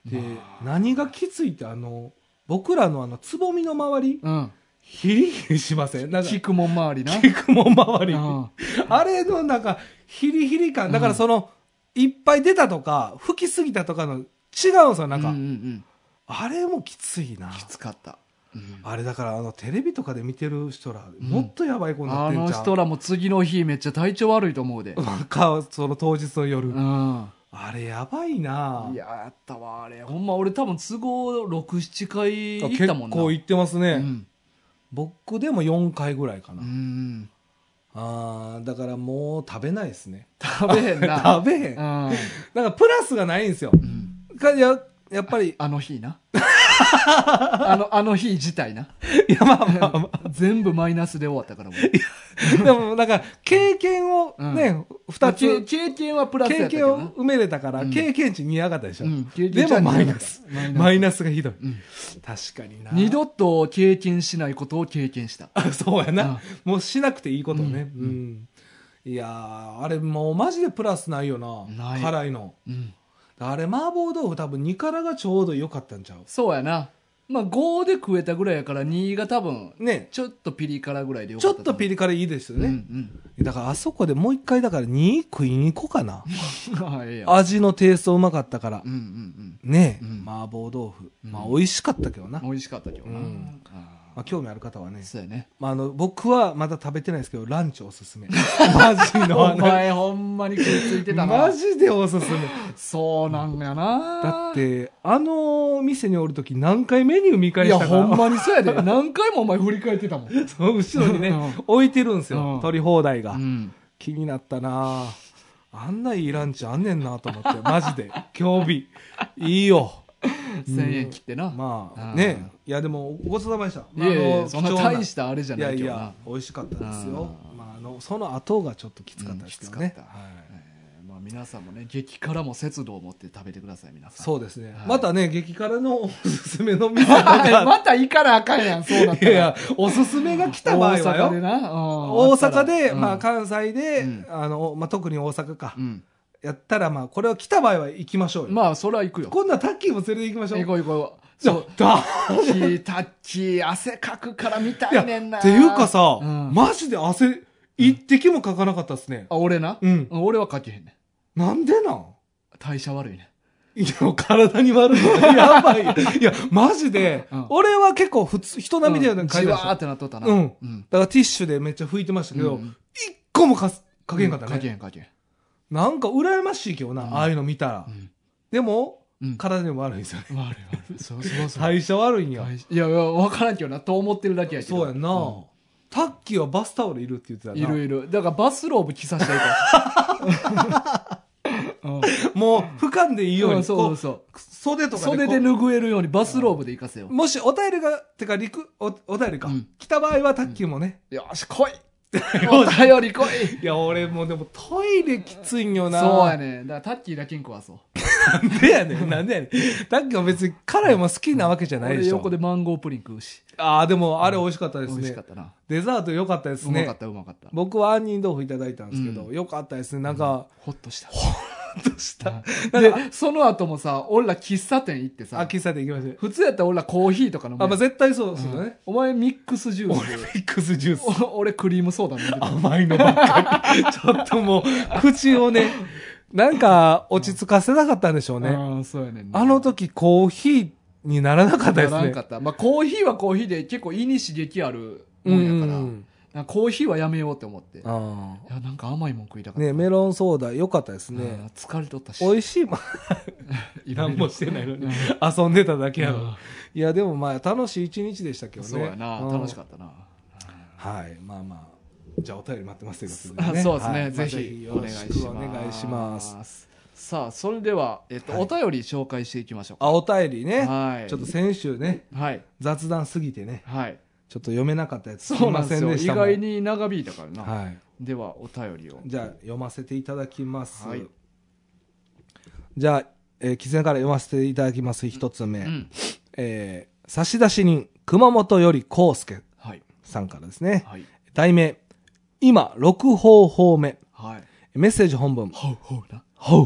B: で、
A: まあ
B: 何がきついってあの僕らのあのつぼみの周り
A: うん
B: ヒリヒリしませんなんか
A: 聞くもん周りな
B: 菊も周り
A: うん
B: あれのなんかヒリヒリ感だからその、いっぱい出たとか吹きすぎたとかの違うんですよなんか、
A: うんうんうん
B: あれもきついな
A: きつかった、うん
B: あれだからあのテレビとかで見てる人らもっとやばい子になっ
A: あ
B: てん
A: の
B: じゃん、
A: 人らも次の日めっちゃ体調悪いと思うで、
B: なんかその当日の夜、
A: うん、
B: あれやばいない
A: ややったわあれほんま俺多分都合67回行っ
B: 結
A: たもんな
B: 構行ってますね、
A: うん、
B: 僕でも4回ぐらいかな、
A: うん、
B: あーだからもう食べないですね
A: 食べへんな
B: 食べへん
A: う、
B: なんんかプラスがないんですよ
A: うん
B: かややっぱり
A: あの日なあのあの日自体 ない
B: やまあまあま
A: 全部マイナスで終わったからもう
B: あ でもなんか経験を
A: う
B: ね、二2
A: 経
B: つ
A: 経験はプラスや
B: 経
A: ったけ
B: 験
A: ど
B: を
A: な
B: 埋めれたから、
A: うん
B: 経験値に上がったでしょ、
A: うん経験
B: で
A: 値は
B: も
A: 似
B: マイ
A: な
B: ナ
A: かった
B: ス
A: マイナス
B: マイナスがひどい、
A: うん
B: 確かにな
A: 二度と経験しないことを経験した
B: あそうやな、
A: うん
B: もうしなくていいことをね、う
A: うんん
B: いやーあれもうマジでプラスないよな
A: ない
B: 辛いの
A: うん
B: あれ麻婆豆腐多分2辛がちょうど良かったんちゃう
A: そうやなまあ5で食えたぐらいやから2が多分
B: ね
A: ちょっとピリ辛ぐらいでよ
B: ち
A: か
B: ょ
A: っ
B: ったとピ
A: リ
B: リ辛いいですよね、
A: うん
B: だからあそこでもう一回だから2食いに行こうかな
A: うん ああええやん
B: 味のテイストうまかったから
A: うんうんうん
B: ねえ、
A: うん
B: 麻婆豆腐、
A: うん
B: まあ美味しかったけどな、ま
A: 美味しかったけどな、
B: うん
A: あ
B: あ、興味ある方はね
A: ー、そうやね
B: まあ、あの僕はまだ食べてないですけどランチおす すめマジの
A: お
B: 話
A: 前ほんまに食いついてたな
B: マジでおすすめ
A: そうなんやな
B: だってあの店におる時何回メニュー見返したか
A: いやほんまにそうやで 何回もお前振り返ってたもん、う
B: その 後ろにね
A: うん
B: 置いてるんですよ、
A: うん
B: 取り放題が、
A: ん、
B: 気になったなああんないいランチあんねんなと思って マジで興味いいよ
A: 1000円切ってな、
B: まあ
A: うん
B: ねいやでもごちそうさまでした、
A: いやいや
B: あの
A: そんな
B: 貴重
A: 大したあれじゃ
B: い
A: な
B: や
A: い
B: い
A: けどな
B: や美味しかったですよ、
A: うん
B: まあ、あのその後がちょっときつかったですけどね、
A: うんきつかった
B: はい
A: えーまあ、皆さんもね激辛も節度を持って食べてください皆さん
B: そうですね、
A: はい
B: またね激辛のおすすめの店と
A: はい
B: か
A: また行かなあかんやんそうなっ
B: い
A: た
B: や
A: ら
B: いやおすすめが来た場合は
A: 大阪で
B: よ
A: な、うん
B: 大阪で、まあ、
A: あったら
B: 関西で、
A: うん
B: あのまあ、特に大阪か、
A: うん
B: やったら、まあ、これを来た場合は行きましょう
A: う
B: よ、
A: んまあそれは行くよ
B: 今度はタッキーも連れて行きましょ
A: 行
B: う
A: こう行こう
B: じ
A: そ
B: ゃ
A: う
B: だ
A: タッキータッキー汗かくから見た
B: いや
A: いねんな
B: っていうかさ、
A: うん
B: マジで汗一滴もかかなかったですね、
A: あ俺な、
B: うん
A: 俺はかけへんね
B: なんでなん
A: 代謝悪いね
B: いや、体に悪い。やばい。いや、マジで、
A: うん
B: 俺は結構普通、人並みでは
A: う
B: なんん
A: じ
B: か書いて
A: わ
B: ました
A: ー
B: だ
A: ってなっとったな
B: うん
A: うん
B: からティッシュでめっちゃ拭いてましたけど、
A: うんうん
B: 一個もかす書けんかった
A: かけ
B: ね。
A: へんかけへん
B: なんか羨ましいけどな、
A: うん
B: ああいうの見たら。
A: うん
B: でも、
A: うん
B: 体にも悪いんですよね。
A: 悪い悪いそうそう そう
B: 代謝悪いんや。
A: 大事いやいや分からんけどなと思ってるだけやけど
B: そうやんな、タッキーはバスタオルいるって言ってた
A: う
B: なん
A: いるいるだからバスローブ着させていからうん
B: も う、俯瞰でいいように、
A: うんそうそう
B: こう袖と
A: そう
B: かこう
A: 袖で拭えるようにバスローブで行かせよう
B: もしお便りが、てか、陸、お、お便りか、
A: うん
B: 来た場合はタッキーもね、
A: よし来い お便り来い
B: いや、俺もうでもトイレきついんよ な。
A: そうやねだからタッキーだけん壊そう
B: なんでやね ん、なんでやねん。タッキーは別に辛いも好きなわけじゃないで
A: 俺
B: しょ。
A: 横でマンゴープリン食うし
B: ああ、でもあれ美味しかったで
A: 美
B: す
A: 味し
B: ね
A: かっ。たな
B: デザート良かったです
A: うまか
B: ね
A: っ。たうまかった
B: 僕は杏仁豆腐いただいたんですけど、
A: う
B: 良かったですね。なんか、
A: ほっとした
B: と した。
A: で、その後もさ、俺ら喫茶店行って
B: あ、
A: さ、
B: 喫茶店行きましょう。
A: 普通やったら俺らコーヒーとか飲むや
B: あ、
A: ん。
B: まあ、絶対そうですよ
A: うん
B: ね。
A: お前ミックスジュー
B: 俺、ミ
A: ス。
B: ックスジュース。
A: お俺クリームソーダ飲んでた。
B: 甘いのばっかり。 ちょっともう、口をね、なんか落ち着かせなかったんでしょうね。
A: うん、そうやねんな
B: あの時コーヒーにならなかったです
A: ならん
B: ね
A: か。った。まあ、コーヒーはコーヒーで結構胃に刺激ある
B: う
A: もんやから、
B: ん。
A: なんかコーヒーはやめようって思って。い
B: あ
A: や、なんか甘いもん食いたかっ
B: あ。
A: た。
B: ねメロンソーダ良かったです
A: あ
B: ね。
A: ー疲れとったし。
B: 美味しいもん。
A: いろいろ
B: 何もしてないの
A: う
B: に
A: ん。
B: 遊んでただけや
A: う
B: ろ
A: ん。
B: いや、でもまあ、楽しい一日でしたけどね。
A: そうやな、楽しか
B: っ
A: ったな。
B: た。はい。まあまあ。じゃあ、お便り待ってますということで
A: あ
B: ね。
A: そうですね、
B: はい
A: ぜひ
B: ま
A: お
B: あ
A: 願い
B: よろ
A: し
B: く
A: ます。
B: お願いします。
A: さあ、それでは、えっと、
B: はい
A: お便り紹介していきましょうか。
B: あ、お便りね。
A: はい。
B: ちょっと先週ね、
A: はい。
B: 雑談すぎてね。
A: はい。
B: ちょっと読めなかったやつ
A: そうなんですよ。
B: すいませんでし
A: 意
B: たもん
A: 外に長引いたからな。
B: はい、
A: では、お便りを。
B: じゃあ読ませていただきます、
A: はい
B: じゃあ、えー、喫煙から読ませていただきます一つ目、
A: うん。
B: えー差出人熊本より康介
A: はい。
B: さんからですね
A: はい。
B: 題名今六方方目
A: はい。
B: メッセージ本文
A: ほうほうな。
B: ほ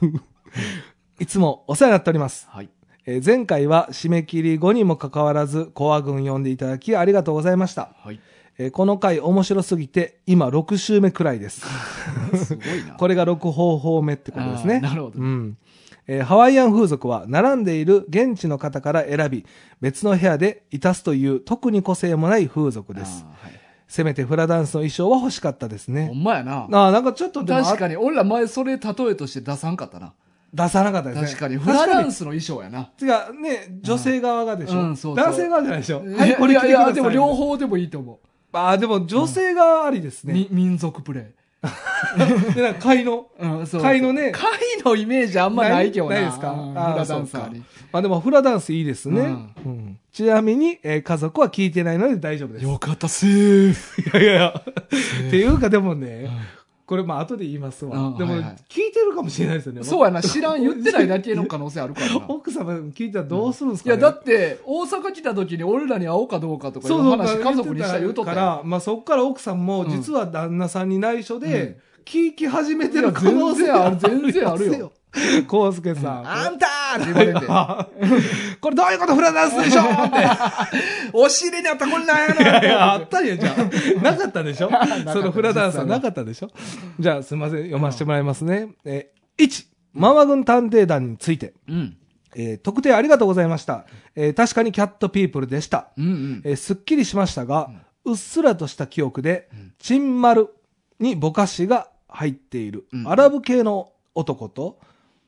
B: う いつもお世話になっております
A: はい。
B: えー前回は締め切り後にもかかわらずコア軍読んでいただきありがとうございました
A: はい。
B: えーこの回面白すぎて、今6週目くらい です。
A: すごいな。
B: これが6方法目ってことです
A: あ
B: ね。
A: ーなるほど
B: うん。えーハワイアン風俗は並んでいる現地の方から選び、別の部屋でいたすという特に個性もない風俗です。
A: あ
B: せめてフラダンスの衣装は欲しかったです
A: ーはいほ
B: ね。
A: んまやな。
B: ああ、なんかちょっとでもあ
A: 確かに、俺ら前それ例えとして出さんかったな。
B: 出さなかったですね。
A: 確かに、フラダン
B: ス。
A: スの衣装やな。
B: 違う、ね、女性側がでしょ。
A: うんそうそう
B: 男性側じゃないでしょ。
A: い
B: は
A: や
B: い、これ着てく
A: いやい
B: ださ
A: や
B: い。
A: でも両。方でもいいと思
B: ああ、でも女性側ありです
A: う。
B: ね。
A: み民族プレイ。
B: で、なんか会の。
A: うん、そう
B: 貝のね
A: 貝のイメージあんまないけどな。
B: ないですか
A: うんフ
B: あー
A: ラダンサー
B: そう
A: に
B: か。まあでもフラダンスいいですね。
A: うん
B: うんちなみに、えー家族は聞いてないので大丈夫です。い
A: よかった、セーフ。
B: やいやいや。っていうかでもね、これまあ後で言います
A: う
B: わ
A: ん。
B: でも
A: はいはい
B: 聞いてるかもしれないですよね。
A: そうやな、知らん、言ってないだけの可能性あるからな。い
B: 奥様聞いたらどうするんですかね
A: や、だって、大阪来た時に俺らに会おうかどうかとかいう話、家族にしたら言うとった
B: か
A: やん
B: ら、まあそっから奥さんも
A: うん
B: 実は旦那さんに内緒
A: う
B: で、聞き始めてる可能
A: い
B: 性
A: や
B: ある。
A: 全然あ る全然あるよ。
B: 康介さん。
A: あんたーって言われて。
B: これどういうことフラダンスでしょって。
A: お尻にあったこれなんや
B: いやい
A: い
B: や、あったんや、じゃ あ。なかったでしょそのフラダンスはなかったでしょじゃあ、すみません。読ませてもらいますね。えー、1、ママ軍探偵団について。
A: うん。
B: えー特定ありがとうございました。えー確かにキャットピープルでした。
A: うんうん。
B: えーすっきりしましたが、うっすらとした記憶で、チンマルにぼかしが入っている、
A: うん
B: アラブ系の男と、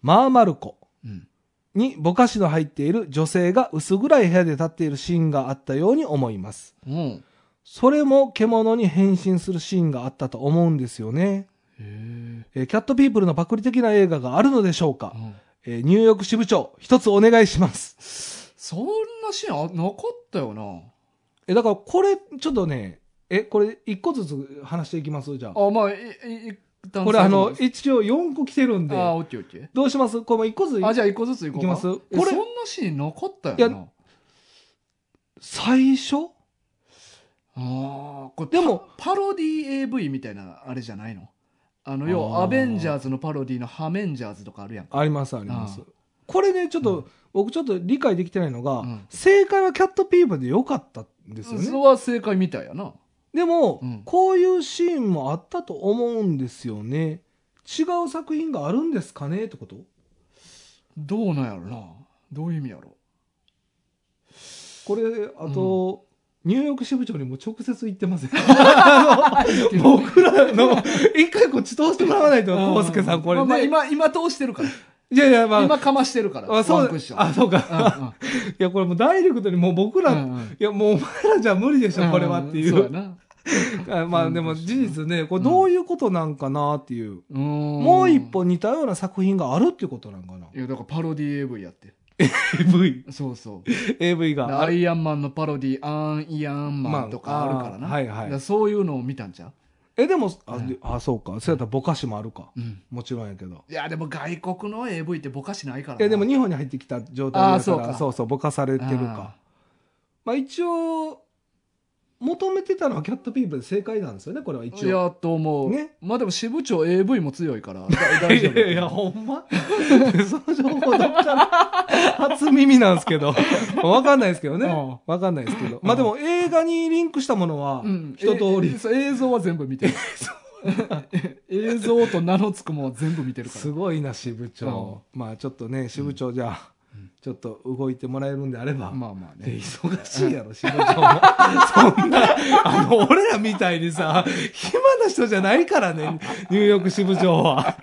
B: マーマルコ
A: うん。
B: にぼかしの入っている女性が薄暗い部屋で立っているシーンがあったように思います。
A: うん。
B: それも獣に変身するシーンがあったと思うんですよね。
A: へ
B: えーキャットピープルのパクリ的な映画があるのでしょうか
A: え。う、ん
B: えーニューヨーク支部長、一つお願いします。
A: そんなシーンあなかったよな。
B: えーだからこれ、ちょっとね、え、これ一個ずつ話していきますじゃあ。
A: あ、まあ、い、い、一旦
B: これあの、
A: 最後
B: 一応4個来てるん
A: ま
B: で
A: で、あ、オッケーオッケー。
B: どうしますこれも一個ずつ
A: あ、じゃあ一個ずつ行こうか。
B: いきます
A: え
B: これ
A: そんなシーンなかったよ
B: い
A: な。
B: 最初
A: ああ、これ、
B: でも
A: パ、パロディ AV みたいな、あれじゃないのあの、
B: あ
A: 要
B: ー
A: は、アベンジャーズのパロディのハメンジャーズとかあるやんか。
B: あります、あります
A: あ。
B: これね、ちょっと、
A: う
B: 僕ちょっと理解できてないのが、
A: うん
B: 正解はキャットピープルでよかったんです
A: そ
B: よ
A: れ
B: ね。
A: は正解みたいやな。
B: でも、
A: うん
B: こういうシーンもあったと思うんですよね。違う作品があるんですかねってこと
A: どうなんやろな。どういう意味や ろ。
B: これ、あと、ニューヨーク支部長にも直接言ってません。あ の僕らの、一回こっち通してもらわないと、
A: コ
B: コウスケさん、これね。
A: まあ、まあ今、今通してるから。
B: いやい や、まあ、
A: 今かましてるから。
B: あそ
A: ワン
B: う
A: クッション。
B: あ、そうか。
A: う
B: いや、これもうダイレクトに、もう僕ら、
A: んうんうん
B: いや、もうお前らじゃ無理でし
A: う
B: ょ、
A: ん
B: これはってい
A: そうや
B: う。
A: な。
B: あまあ、でも事実ね、これどういうことなんかなっていう。も
A: も
B: う一。本似たような作品があるっていうことなんかな。
A: いや、だからパロディ AV やって。
B: AV。
A: そうそう。
B: AV
A: だからアイアンマンのパロディ、アン・イアンマンとかあるからな。
B: まああーはいはい
A: だらそういうのを見たんちゃ
B: えでもあ,
A: うん
B: で、あそうかそうやったらぼかしもあるか
A: ううん。
B: もちろんやけど
A: いや、でも外国の AV ってぼかしないから
B: い
A: な。
B: やでも日本に入ってきた状態だから
A: あーそう
B: そう
A: か
B: そうぼかされてるかまあ一応求めてたのはキャットピープルで正解なんですよねこれは一
A: い
B: 応
A: やと思う、
B: ね
A: まあでも支部長 AV も強いからだ大丈夫
B: いやいやほんまその情報どっから初耳なんです けどわかんないですけどね
A: うん
B: わかんないですけどまあでも映画にリンクしたものは
A: うん
B: 一通
A: え
B: り
A: そう映像は全部見て る映像と名の付くものは全部見てるか
B: すごいな支部長まあちょっとね支部長じゃあ
A: うん
B: ちょっと動いてもらえるんであれば
A: らまあまあ
B: で
A: ね
B: 忙しいやろ、仕事も。 そんな、あの、俺らみたいにさ、暇な人じゃないからね、ニューヨーク支部長は。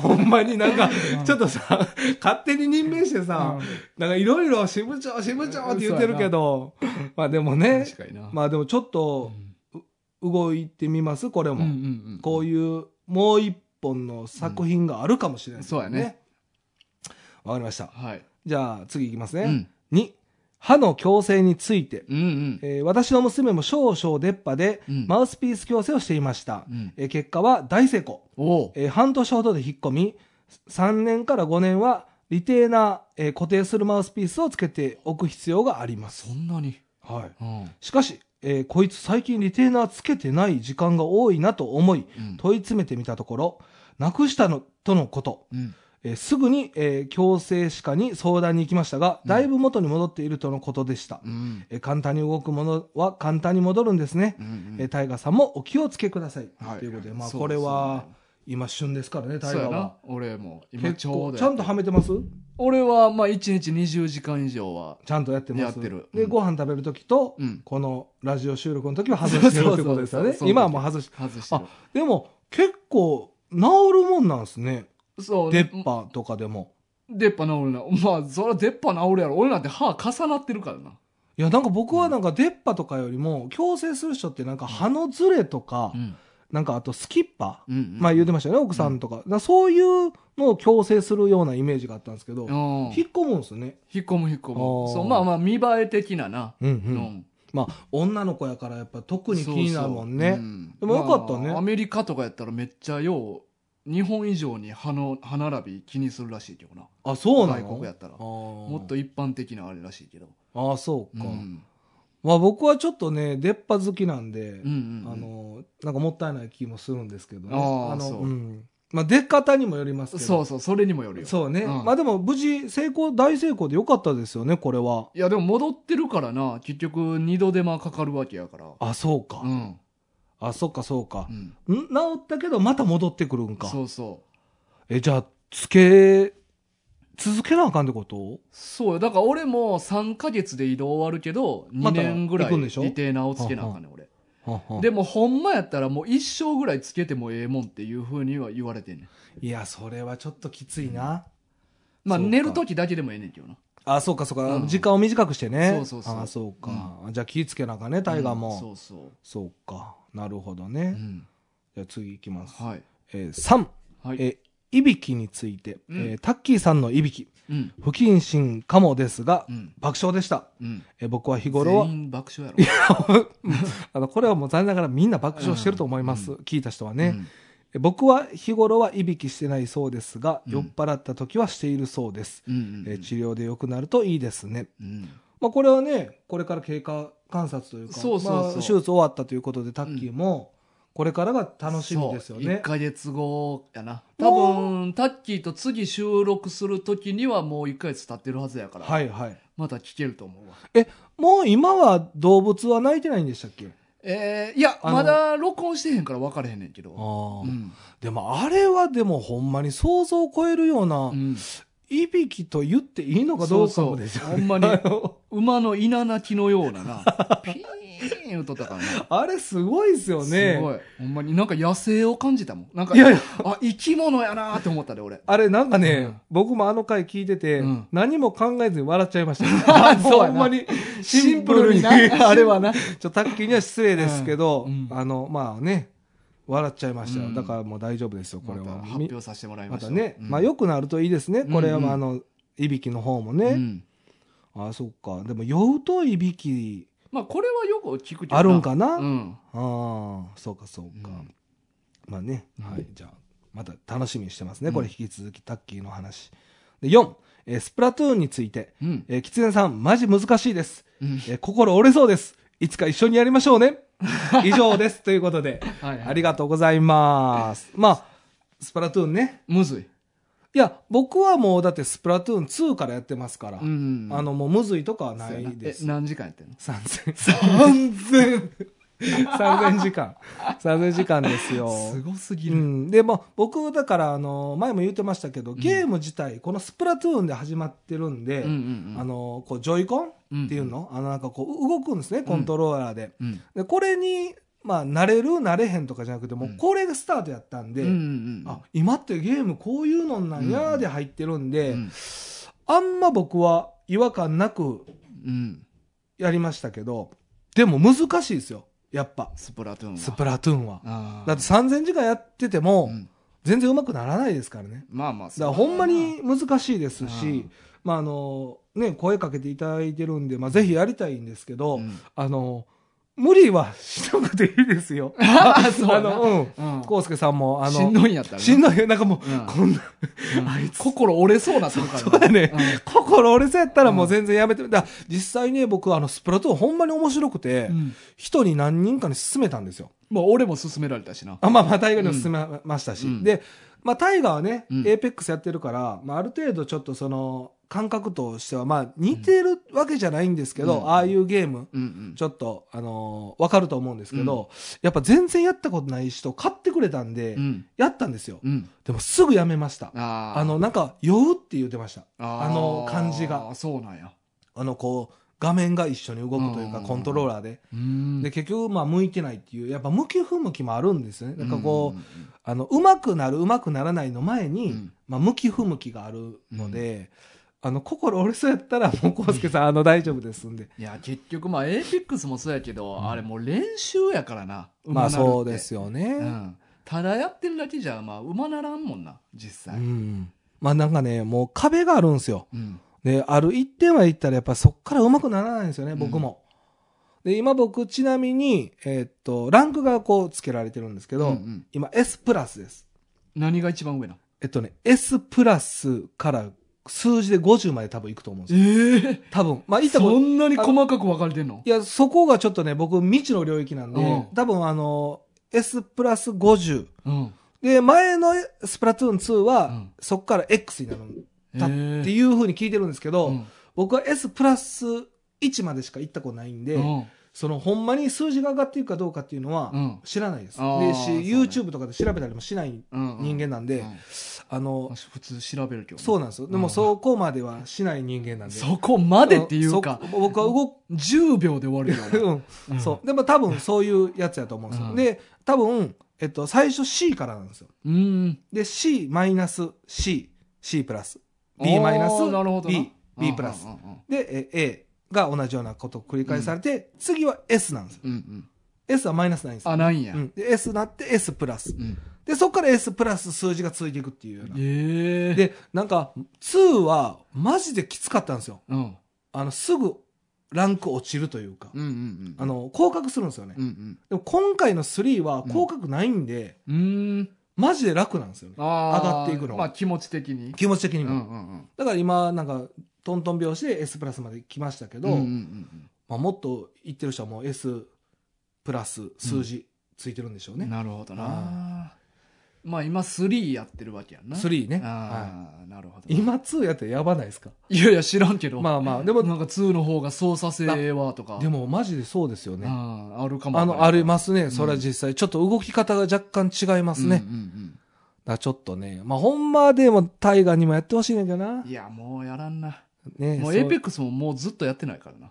B: ほんまになんか、ちょっとさ、勝手に任命してさ、なんかいろいろ支部長、支部長って言ってるけど、まあでも
A: うん
B: ね、
A: 確かにな、
B: まあでもちょっと動いてみます、これ
A: うんうん
B: も。
A: うん
B: こういう、もう一本の作品があるかもしれない、
A: そうやね。
B: わかりました。
A: はい、
B: じゃあ次いきます
A: う
B: ね。
A: ん、
B: 2、歯の矯正について。
A: うんうん
B: えー私の娘も少々出っ歯で、
A: うん
B: マウスピース矯正をしていました、
A: うん
B: えー結果は大成功、
A: おう
B: えー半年ほどで引っ込み3年から5年はリテーナー、えー固定するマウスピースをつけておく必要があります、
A: そんなに、
B: はい、
A: うん
B: しかし、えーこいつ最近リテーナーつけてない時間が多いなと思い
A: うん
B: 問い詰めてみたところなくしたのとのこと、
A: うん
B: えーすぐに、えー矯正歯科に相談に行きましたがだいぶ元に戻っているとのことでした、
A: うん
B: えー簡単に動くものは簡単に戻るんですね、
A: うん
B: えータイガーさんもお気をつけください、
A: はい
B: ということで、まあ、
A: そう
B: これは今旬ですからね
A: そ
B: タイ
A: うや
B: ガー
A: な
B: は
A: 俺も今ち
B: 結
A: ょう
B: 構
A: ど
B: ちゃんとはめてます
A: 俺はまあ1日20時間以上は
B: ちゃんとやってます
A: やってるう
B: で
A: ん
B: ご飯食べる時と、
A: うん
B: このラジオ収録の時は外してるってことですよ
A: そうそうそ
B: ね
A: うそう
B: 今はもう外して
A: 外してる
B: でも結構治るもんなんですね
A: そう
B: 出っ歯とかでも
A: 出っ歯治るな まあそりゃ出っ歯治るやろ俺なんて歯重なってるからない
B: やなんか僕はなんか出っ歯とかよりも矯正する人ってなんか歯のズレとか、
A: ん
B: なんかあとスキッパ、
A: うん
B: まあ言うてましたよね奥さんとか,、そういうのを矯正するようなイメージがあったんですけど、
A: うん
B: 引っ込むんですよね、
A: 引っ込む引っ込む
B: あー
A: そうまあまあ見栄え的なな
B: うんう
A: うんん
B: まあ女の子やからやっぱ特に気になるもんね
A: そうそううん
B: でもよかったね
A: まあアメリカとかやったらめっちゃよう日本以上に歯の歯並び気にするらしいけどな
B: あそうなの
A: 外国やったら
B: あー
A: もっと一般的なあれらしいけど
B: あそうか、
A: うん
B: まあ僕はちょっとね出っ歯好きなんで、
A: うんうんうん
B: あのなんかもったいない気もするんですけどね
A: あー
B: の
A: そう
B: うんまあ出方にもよりますけど
A: そうそうそれにもよるよ
B: そうね、
A: うん
B: まあでも無事成功大成功でよかったですよねこれはい
A: やでも戻ってるからな結局二度手間かかるわけやから
B: あそうか、
A: うん
B: あそっかそうか
A: う、ん
B: ん治ったけどまた戻ってくるんか
A: そうそう
B: えじゃあつけ続けなあかんってこと
A: そうよだから俺も3か月で移動終わるけど2
B: また
A: 年ぐらい
B: 行くんでしょ
A: リテーナーをつけなあかんねん俺で
B: で
A: もほんまやったらもう一生ぐらいつけてもええもんっていうふうには言われてんねん
B: いやそれはちょっときついな、
A: まあ
B: そうか
A: 寝る時だけでもええねんけどな
B: あそうかそうか、
A: うん
B: 時間を短くしてね
A: そうそうそう
B: あそうか、じゃあ気ぃつけなあかんねタイガーも、
A: うん
B: そ
A: そううそう
B: かなるほど
A: う
B: ね、
A: ん
B: じゃあ次いきます、
A: はい
B: えー、3、
A: はい
B: えーいびきについて、
A: うん
B: えータッキーさんのいびき
A: うん
B: 不謹慎かもですが、
A: うん
B: 爆笑でした、
A: うん
B: えー僕は日頃は
A: 全員爆笑や
B: あのこれはもう残念ながらみんな爆笑してると思います、
A: うん
B: 聞いた人は
A: ろ
B: ね、
A: うん
B: え僕は日頃はいびきしてないそうですが、
A: うん
B: 酔っ払った時はしているそうです、
A: うんう
B: え
A: ん
B: ー治療で良くなるといいですね、
A: うん
B: まあ、これはねこれから経過観察というか
A: そうそうそう
B: まあ、手術終わったということでタッキーもこれからが楽しみですよ
A: そう1
B: ね、
A: か月後やな多
B: もう
A: 分タッキーと次収録する時にはもう1か月経ってるはずやから、
B: はいはい
A: また聞けると思うわ
B: もう今は動物は泣いてないんでしたっけ
A: えーいや
B: あの
A: まだ録音してへんから分かれへんねんけど
B: あ
A: うん
B: でもあれはでもほんまに想像を超えるような、
A: うん
B: いびきと言っていいのかどうかもですよ
A: そうそうほんま
B: ね
A: に
B: あの
A: 馬の稲鳴きのようなな ピーン言うとったからな
B: あれすごいですよね
A: すごいほんまになんか野生を感じたもんなんか
B: いやいや
A: あ生き物やなーって思ったで俺
B: あれなんかね、
A: うん
B: 僕もあの回聞いてて、
A: うん
B: 何も考えずに笑っちゃい ました。
A: そうやな
B: ほんまにシンプルに。
A: シンプルに な
B: あれはな。ちょっと卓球には失礼ですけど、
A: うんうん
B: あの、まあね、笑っちゃいましたよ。
A: うん
B: だからもう大丈夫ですよ、こ
A: ま
B: れ
A: た
B: は。
A: 発
B: み
A: 表させてもらい
B: ま
A: ました
B: たね、
A: うん
B: まあ良くなるといいですね。これは、
A: うんうん
B: あの、いびきの方も
A: う
B: ね。
A: ん
B: ああ、そっか。でも酔うといびき
A: まあこれはよく聞くけどな
B: あるんかな、
A: うん
B: ああ、そうかそうか。
A: うん
B: まあね、
A: うん
B: はい、じゃあ、また楽しみにしてますね、
A: うん
B: これ引き続きタッキーの話。で、4、えースプラトゥーンについて、
A: うん
B: えー、キツネさん、マジ難しいです。
A: うん
B: えー心折れそうです。いつか一緒にやりましょう ね。以上です。ということで、
A: はいはい
B: ありがとうございます。まあ、スプラトゥーンね。
A: むずい。
B: いや、僕はもうだってスプラトゥーン2からやってますから、
A: うん。
B: あの、もうむずいとかはな
A: そうや
B: いです
A: え。何時間やってんの
B: 3000。3000 3000時間。3000時間ですよ。
A: すごすぎ
B: う
A: る。
B: ん、で、まあ、僕、だから、あの、前も言ってましたけど、ゲーム自体、このスプラトゥーンで始まってるんで、
A: うんうんうん
B: あの、こう、ジョイコンっていうの、あの、なんかこう、動くんですね、コントローラーで。
A: うん。
B: で、これに、まあ、慣れる、慣れへんとかじゃなくて、もう、これがスタートやったんで、
A: うんうんうん。
B: あ、今ってゲームこういうのなんや、で入ってるんで、
A: うん
B: あんま僕は違和感なく
A: うん。
B: やりましたけど、でも難しいですよ、やっぱ、
A: スプラトゥーンは。
B: スプラトゥーンは。
A: あー
B: だって3000時間やってても、
A: うん
B: 全然うまくならないですからね。
A: まあまあ、
B: だからほんまに難しいです
A: うん
B: し、まああの、ね、声かけていただいてるんで、まあぜひやりたいんですけど、
A: うん
B: あの、無理はしなくていいですよ。
A: あ、そう
B: あ
A: やな
B: の、うん。
A: うん
B: コウスケさんも、あの、
A: しんどいんやったらな
B: しんどいなんかもう、
A: うん
B: こんな、
A: うん
B: あいつ
A: 心折れそうなとこから
B: そうだね、
A: う
B: 心折れそうやったらもう全然やめて、だから実際ね、僕、あの、スプラトゥーンほんまに面白くて、
A: うん
B: 人に何人かに勧めたんですよ。
A: まあ、俺も勧められたしな。
B: あまあ、まあ、タイガーにも進めましたし、
A: うん
B: で、まあ、タイガーはね、
A: うん
B: エーペックスやってるから、まあ、ある程度ちょっとその、感覚としては、まあ、似てるわけじゃないんですけど、
A: うん
B: ああいうゲーム、
A: うんうん。
B: ちょっと、あのーわかると思うんですけど、やっぱ全然やったことない人、買ってくれたんで、
A: うん。
B: やったんですよ。
A: うん。
B: でも、すぐやめました。
A: あー
B: あ、の、なんか、酔うって言ってました。
A: あ
B: あ
A: ー
B: の感じが。
A: そうなんや。
B: あの、こう、画面が一緒に動くという
A: う
B: か、
A: ん
B: コントローラーで。
A: うん
B: で、結局、まあ、向いてないっていう、やっぱ、向き不向きもあるんですね。なんかこう、
A: うん
B: あの、うまくなる、うまくならないの前に、
A: うん
B: まあ、向き不向きがあるので、あの、心折れそうやったら、もう、コウスケさん、あの、大丈夫ですんで。
A: いや、結局、まあ、エーペックスもそうやけど、あれもう練習やからな。
B: まあ、そうで
A: よ。
B: すよ
A: う
B: ね。
A: ん。ただやってるだけじゃ、まあ、馬ならんもんな、実
B: う
A: 際。
B: ん。まあ、なんかね、もう壁があるんですよ。
A: うん。
B: で、ある一点は言ったら、やっぱそっからうまくならないんですよね、僕も。で、今僕、ちなみに、えーっと、ランクがこう、つけられてるんですけど、
A: うんうん
B: 今、S プラスです。
A: 何が一番上な
B: えっとね、S プラスから数字で50まで多分行くと思うんです
A: え
B: よ。
A: え
B: 多分。まあ、行ったこと
A: そんなに細かく分かれてんの
B: いや、そこがちょっとね、僕、未知の領域なんで、
A: うん
B: 多分あの、S プラス50。
A: うん。
B: で、前のスプラトゥーン2は、
A: うん
B: そこから X になるだって
A: ええ
B: っていうふうに聞いてるんですけど、
A: うん
B: 僕は S プラス1までしか行ったことないんで、
A: うん
B: その、ほんまに数字が上がっていくかどうかっていうのは
A: う、ん
B: 知らないです。
A: あー
B: で
A: そ
B: し、
A: うね
B: YouTube とかで調べたりもしない
A: うん
B: 人間なんで、
A: うん
B: あの、
A: 私普通調べるけどね
B: そうなんですよ。でも、そこまではしない人間なんで。
A: そこまでっていうか
B: そ僕は動く
A: 10秒で終わるよ
B: う、
A: うんん
B: そう。でも多分そういうやつやと思うんですよ。
A: うん
B: で、多分、えっと、最初 C からなんですよ。
A: 俺うん
B: で、C マイナス C、C プラス、B マイナス
A: おーなるほどな
B: B、B プラス
A: うん。うん
B: で、え A が同じようなことを繰り返されて、次は S なんですよ。
A: うんうんうん。
B: S はマイナスないんですよ。
A: あ、ないんや
B: う。ん、で S になって S プラス
A: う。ん
B: で、そこから S プラス数字がついていくっていうような。
A: ええ。、
B: で、なんか、2はマジできつかったんですよ。
A: うん。うん
B: あの、すぐランク落ちるというか、
A: うんうん。
B: あ、の、降格するんですよね
A: う。ん
B: でも今回の3は広角ないんで、
A: うん。うん。
B: マジで楽なんですよね。
A: 上
B: 上がっていくの
A: まあ気持ち的に。
B: 気持ち的に
A: うんう
B: も。
A: んうん。
B: だから今、なんか、トントン拍子で S プラスまで来ましたけど、
A: うんうんうん
B: まあ、もっといってる人はもう S プラス数字ついてるんでしょう
A: うん
B: ね。
A: なるほど
B: は
A: な。まあ今3やってるわけやんな。
B: 3ね。は
A: ああ、なるほど。
B: い、今2やったらやばないですか。
A: いやいや知らんけど。
B: まあ まあ、で
A: でも
B: も、
A: なんか2の方が操作性はとか。
B: でもマジでそうですよね。
A: あああるかも
B: あ
A: わからん
B: の、ありますね。それは実際。ちょっと動き方が若干違いますね。
A: うんうん
B: だからちょっとね。まあ、ほんまでも、タイガーにもやってほしいねんだけどな
A: うん。いやもうやらんな
B: ね
A: もう
B: そ
A: エ
B: う
A: ーペックスももうずっとやってないからな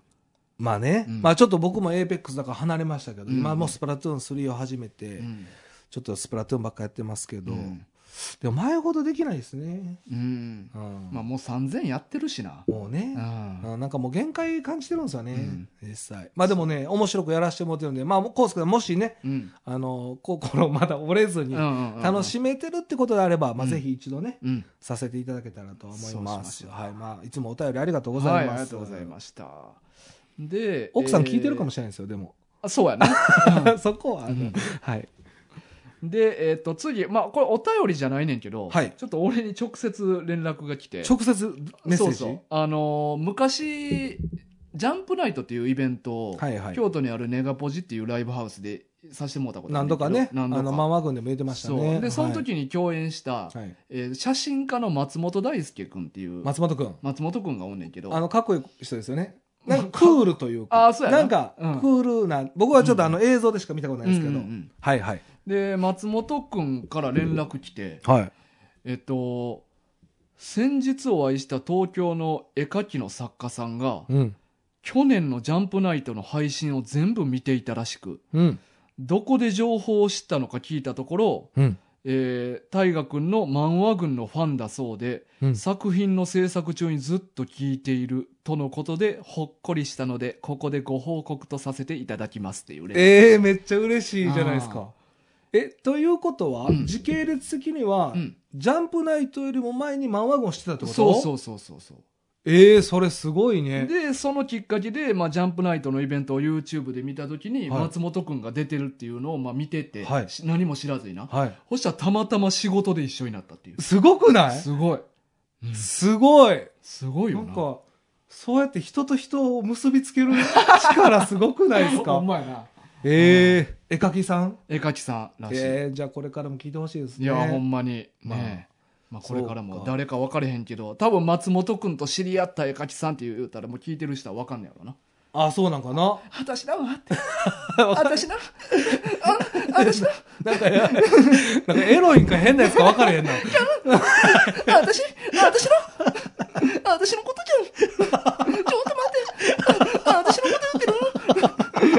B: まあね、
A: うん
B: まあちょっと僕も APEX だから離れましたけど、
A: うん
B: 今もうスプラトゥーン3を始めて、
A: うん
B: ちょっとスプラトゥーンばっかやってますけど、
A: うん
B: でも前ほどできないですね。
A: うん
B: うん
A: まあもう3000やってるしな
B: もうね、
A: うん
B: うんなんかもう限界感じてるんですよね、
A: うん
B: 実際。まあでもね、面白くやらせてもらってるんで、まあ、コース君もしね、
A: うん
B: あの、心まだ折れずに、楽
A: 楽
B: しめてるってことであれば、まあ
A: うん
B: ぜひ一度ね、
A: うん
B: させていただけたらと思い
A: そうし
B: ま。
A: ますしょう
B: はい。まあ、いつもお便りありがとうござ
A: はいい
B: ます。
A: ありがとうございましたで
B: 奥さん聞いてるかも
A: し
B: しれないですよ、でも。
A: れないそうやな
B: そこは、あの
A: うん
B: はい。
A: でえっと次まあこれお便りじゃないねんけど
B: はい
A: ちょっと俺に直接連絡が来て
B: 直接メッセー
A: そう
B: ジ
A: そうあのー昔ジャンプナイトっていうイベントを、
B: はいはい
A: 京都にあるネガポジっていうライブハウスでさせてもらったことあるん
B: 何
A: だ
B: 度
A: けど
B: かね、あ
A: 何度か
B: の、マンワ君でも言ってました
A: そ
B: ね。
A: うでその時に共演した、
B: はい、はい
A: えー写真家の松本大輔君っていう
B: 松本君。
A: 松本君がおんねんけど
B: あの、かっこいい人ですよね。なんかクールというか。
A: あそうやなん
B: か、ク
A: うん
B: ールな、僕はちょっとあの、映像でしか見たことないですけ
A: うんう
B: ど
A: んう。ん
B: はいはい。
A: で松本君から連絡来て、
B: はい。
A: えっと先日お会いした東京の絵描きの作家さんが、
B: うん。
A: 去年の「ジャンプナイト」の配信を全部見ていたらしく
B: うん。
A: どこで情報を知ったのか聞いたところ、
B: うん。
A: えー、大河君の漫画軍のファンだそうで、
B: うん
A: 作品の制作中にずっと聞いているとのことでほっこりしたのでここでご報告とさせていただきますっていう連絡
B: ええめっちゃ嬉しいじゃないです
A: あー
B: か。え、ということは、
A: うん
B: 時系列的には、
A: うん、
B: ジャンプナイトよりも前にマンワゴンしてたってこと
A: そう
B: う。
A: そうそうそうそう
B: ええそれすごいね。
A: でそのきっかけで、まあ、ジャンプナイトのイベントを YouTube で見た時に、
B: はい
A: 松本君が出てるっていうのを、まあ、見てて、
B: はい
A: し何も知らずにな、
B: はい。
A: そしたらたまたま仕事で一緒になったっていう
B: すごくない
A: すごい、うん
B: すごい。
A: すごい
B: な
A: よなん
B: か、そうやって人と人を結びつける力すごくないです
A: ほ
B: か
A: んまやな
B: ええ絵描きさん
A: 絵描きさんらしい、
B: ええじゃあこれからも聞いてほしいですね。
A: いや、ほんまにね、
B: まあ
A: まあ、これから
B: そう
A: も
B: か
A: 誰か分かれへんけど多分松本君と知り合った絵描きさんって言うたらもう聞いてる人は分かんないや ろな
B: あ、そうなんかな。
A: 「私だわ」って「 私だあ私だ
B: なんか、なんかエロいんか変なやつか分からへんな。
A: 私私の私のことじゃんちょっと待って私のことやけど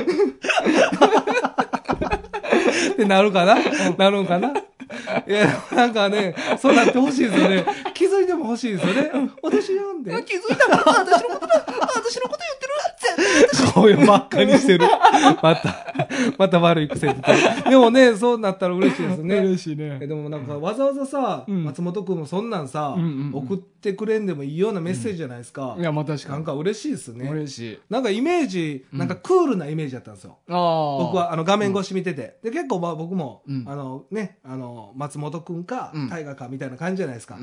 B: ってなるかななるんかないや、なんかね、そうなってほしいですよね。気づいても欲しいですよね。私なんで
A: 気づいたら私のことだ私のこと言ってる絶対
B: 顔を真っ赤にしてる。 また、また悪い癖出てるでもね、そうなったら嬉しいですね。
A: しい
B: え
A: ね
B: でもなんかわざわざさ、
A: うん
B: 松本君もそんなんさ、
A: うんうんうん
B: 送ってくれんでもいいようなメッセージじゃないですか。
A: いやまあ確か
B: な
A: に
B: んか嬉しいですね。
A: 嬉しい
B: なんかイメージ、
A: うん
B: なんかクールなイメージだったんですよ。
A: ああ
B: 僕はあの画面越し見てて、で結構まあ僕も、
A: うん
B: あのねあの松本君か
A: うん
B: 大河かみたいな感じじゃないですか、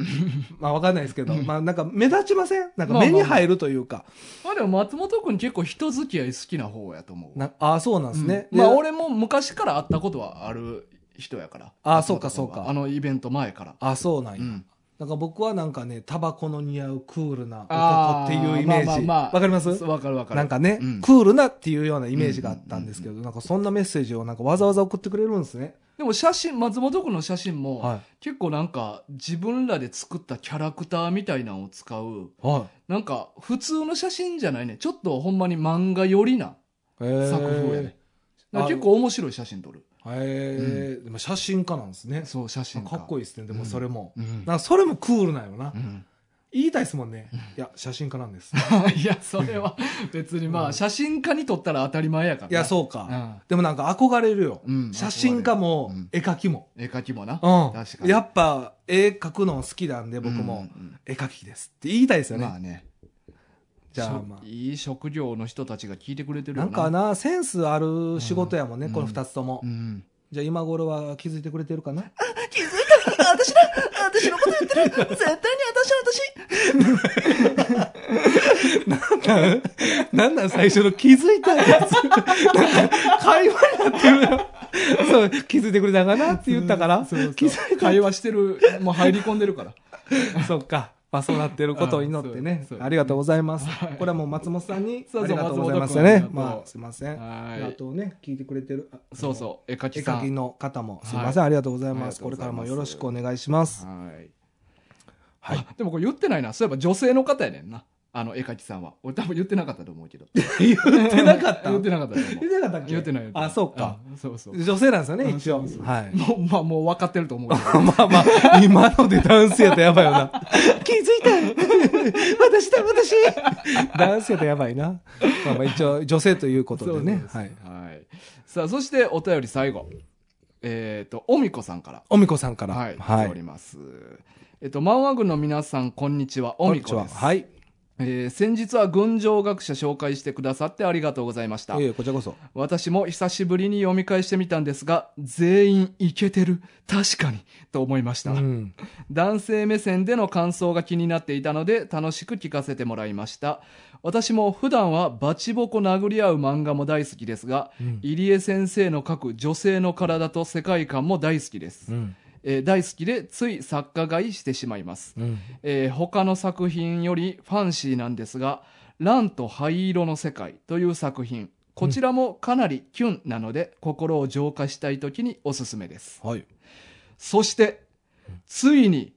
B: まあわかんないですけど、まあなんか目立ちませんなんか
A: まあ
B: 目
A: まあ
B: に
A: まあ
B: 入るというか、
A: まあでも松本君結構人付き合い好きな方やと思う。
B: なああそうなんですね、
A: うんまあ
B: で
A: 俺も昔から会ったことはある人やから。
B: あ
A: 松本君は
B: そうかそうか
A: あのイベント前から。
B: あそうなんや、
A: うん
B: なんか僕はなんかねタバコの似合うクールな男っていうイメージ
A: あまあまあ
B: わ、
A: まあ
B: かります
A: そうわかるわかる。
B: なんかね、
A: うん
B: クールなっていうようなイメージがあったんですけど、なんかそんなメッセージをなんかわざわざ送ってくれるんですね、
A: でも写真、松本君の写真も、
B: は
A: 結構なんか自分らで作ったキャラクターみたいなのを使う、
B: いは
A: なんか普通の写真じゃないね。ちょっとほんまに漫画寄りな。
B: い、へー
A: 作風やねなん
B: あ
A: か結構面白い写真撮る。
B: へえ、でも写真家なんですね。
A: そう、写真
B: かっこ
A: い
B: い
A: い。
B: いですね、でもそれも。
A: うん
B: なんかそれもクールなんよな
A: う。ん
B: 言いたいですもんね。いや、写真家なんです。い
A: いや、それは別にま
B: うん
A: あ、写真家に撮ったら当たり前やからな。
B: や、そう
A: う
B: か。
A: ん。
B: でもなんか憧れるよ
A: うん。
B: 写真家も
A: うん、
B: 絵描きも。
A: 絵描きもな。確か
B: うん。
A: に
B: やっぱ、絵描くの好きなんで、僕
A: う
B: も
A: ん。うん
B: 絵描きですって言いたいです
A: うん
B: よ
A: まあ
B: ね。
A: ね。
B: じゃあ
A: しょ
B: まあ。
A: いい職業の人たちが聞いてくれてる
B: な
A: よ
B: んかな、センスある仕事やもんね、
A: うん
B: この二つとも
A: う。ん。
B: じゃあ今頃は気づいてくれてるかな
A: 気づいた私だ私のこと言ってる絶対に私
B: なんなん最初の気づいたやつ。なんか会話になってるよ。そう、気づいてくれたかなって言ったから。
A: 私
B: 気づいた
A: 会話してる、もう入り込んでるから。
B: そっか。まあ、そうなってることを祈って
A: うん
B: ね
A: そう。そう
B: ありがとうございます。
A: はい
B: これはもう松本さんに、
A: そうそう
B: ありがとうございますよね
A: 松。本君ありがとう
B: まあ、すいません。
A: はい
B: あとね、聞いてくれてる。あ
A: そうそう、絵描
B: 絵
A: きさ
B: 描き
A: ん。
B: の方も、すいません、ありがとうございます。
A: あ
B: こ
A: り
B: れ
A: がとうござ
B: か
A: います
B: らもよろしくお願いします。
A: はい。
B: はい
A: あでもこれ言ってないな。そういえば女性の方やねんな。あの、絵描きさんは。俺多分言ってなかったと思うけど。
B: 言ってなかった
A: 言ってなかったと思う
B: 言ってなかったっけ
A: 言ってない言ってない
B: あ、そうか。
A: うんそうそう
B: 女性なんですよね、一応。
A: うんそうそう
B: はい。
A: もうまあもう分かってると思うけ ど
B: まあまあ、今ので男性やとやばいよな。気づいた私だ、私男性やとやばいな。まあまあ、一応、女性ということでね。
A: は
B: はいい。、
A: はい、さあそしてお便り最後えっ、とおみこさんから
B: おみこさんから。
A: はい、来ておりますえっ、とマンワ軍の皆さんこんにちはおみこ
B: こん
A: で
B: にち
A: す
B: ははい。
A: えー先日は群青学者紹介してくださってありがとうございました。
B: いえいえこちらこそ。
A: 私も久しぶりに読み返してみたんですが、全員イケてる、確かに、と思いました。
B: うん。
A: 男性目線での感想が気になっていたので楽しく聞かせてもらいました私も普段はバチボコ殴り合う漫画も大好きですが
B: うん。
A: 入江先生の描く女性の体と世界観も大好きです、
B: うん。
A: えー大好きでつい作家買いしてしまいます、
B: うん。
A: えー他の作品よりファンシーなんですが「蘭と灰色の世界」という作品こちらもかなりキュンなので、心を浄化したい時におすすめです
B: はい。
A: そして、ついに、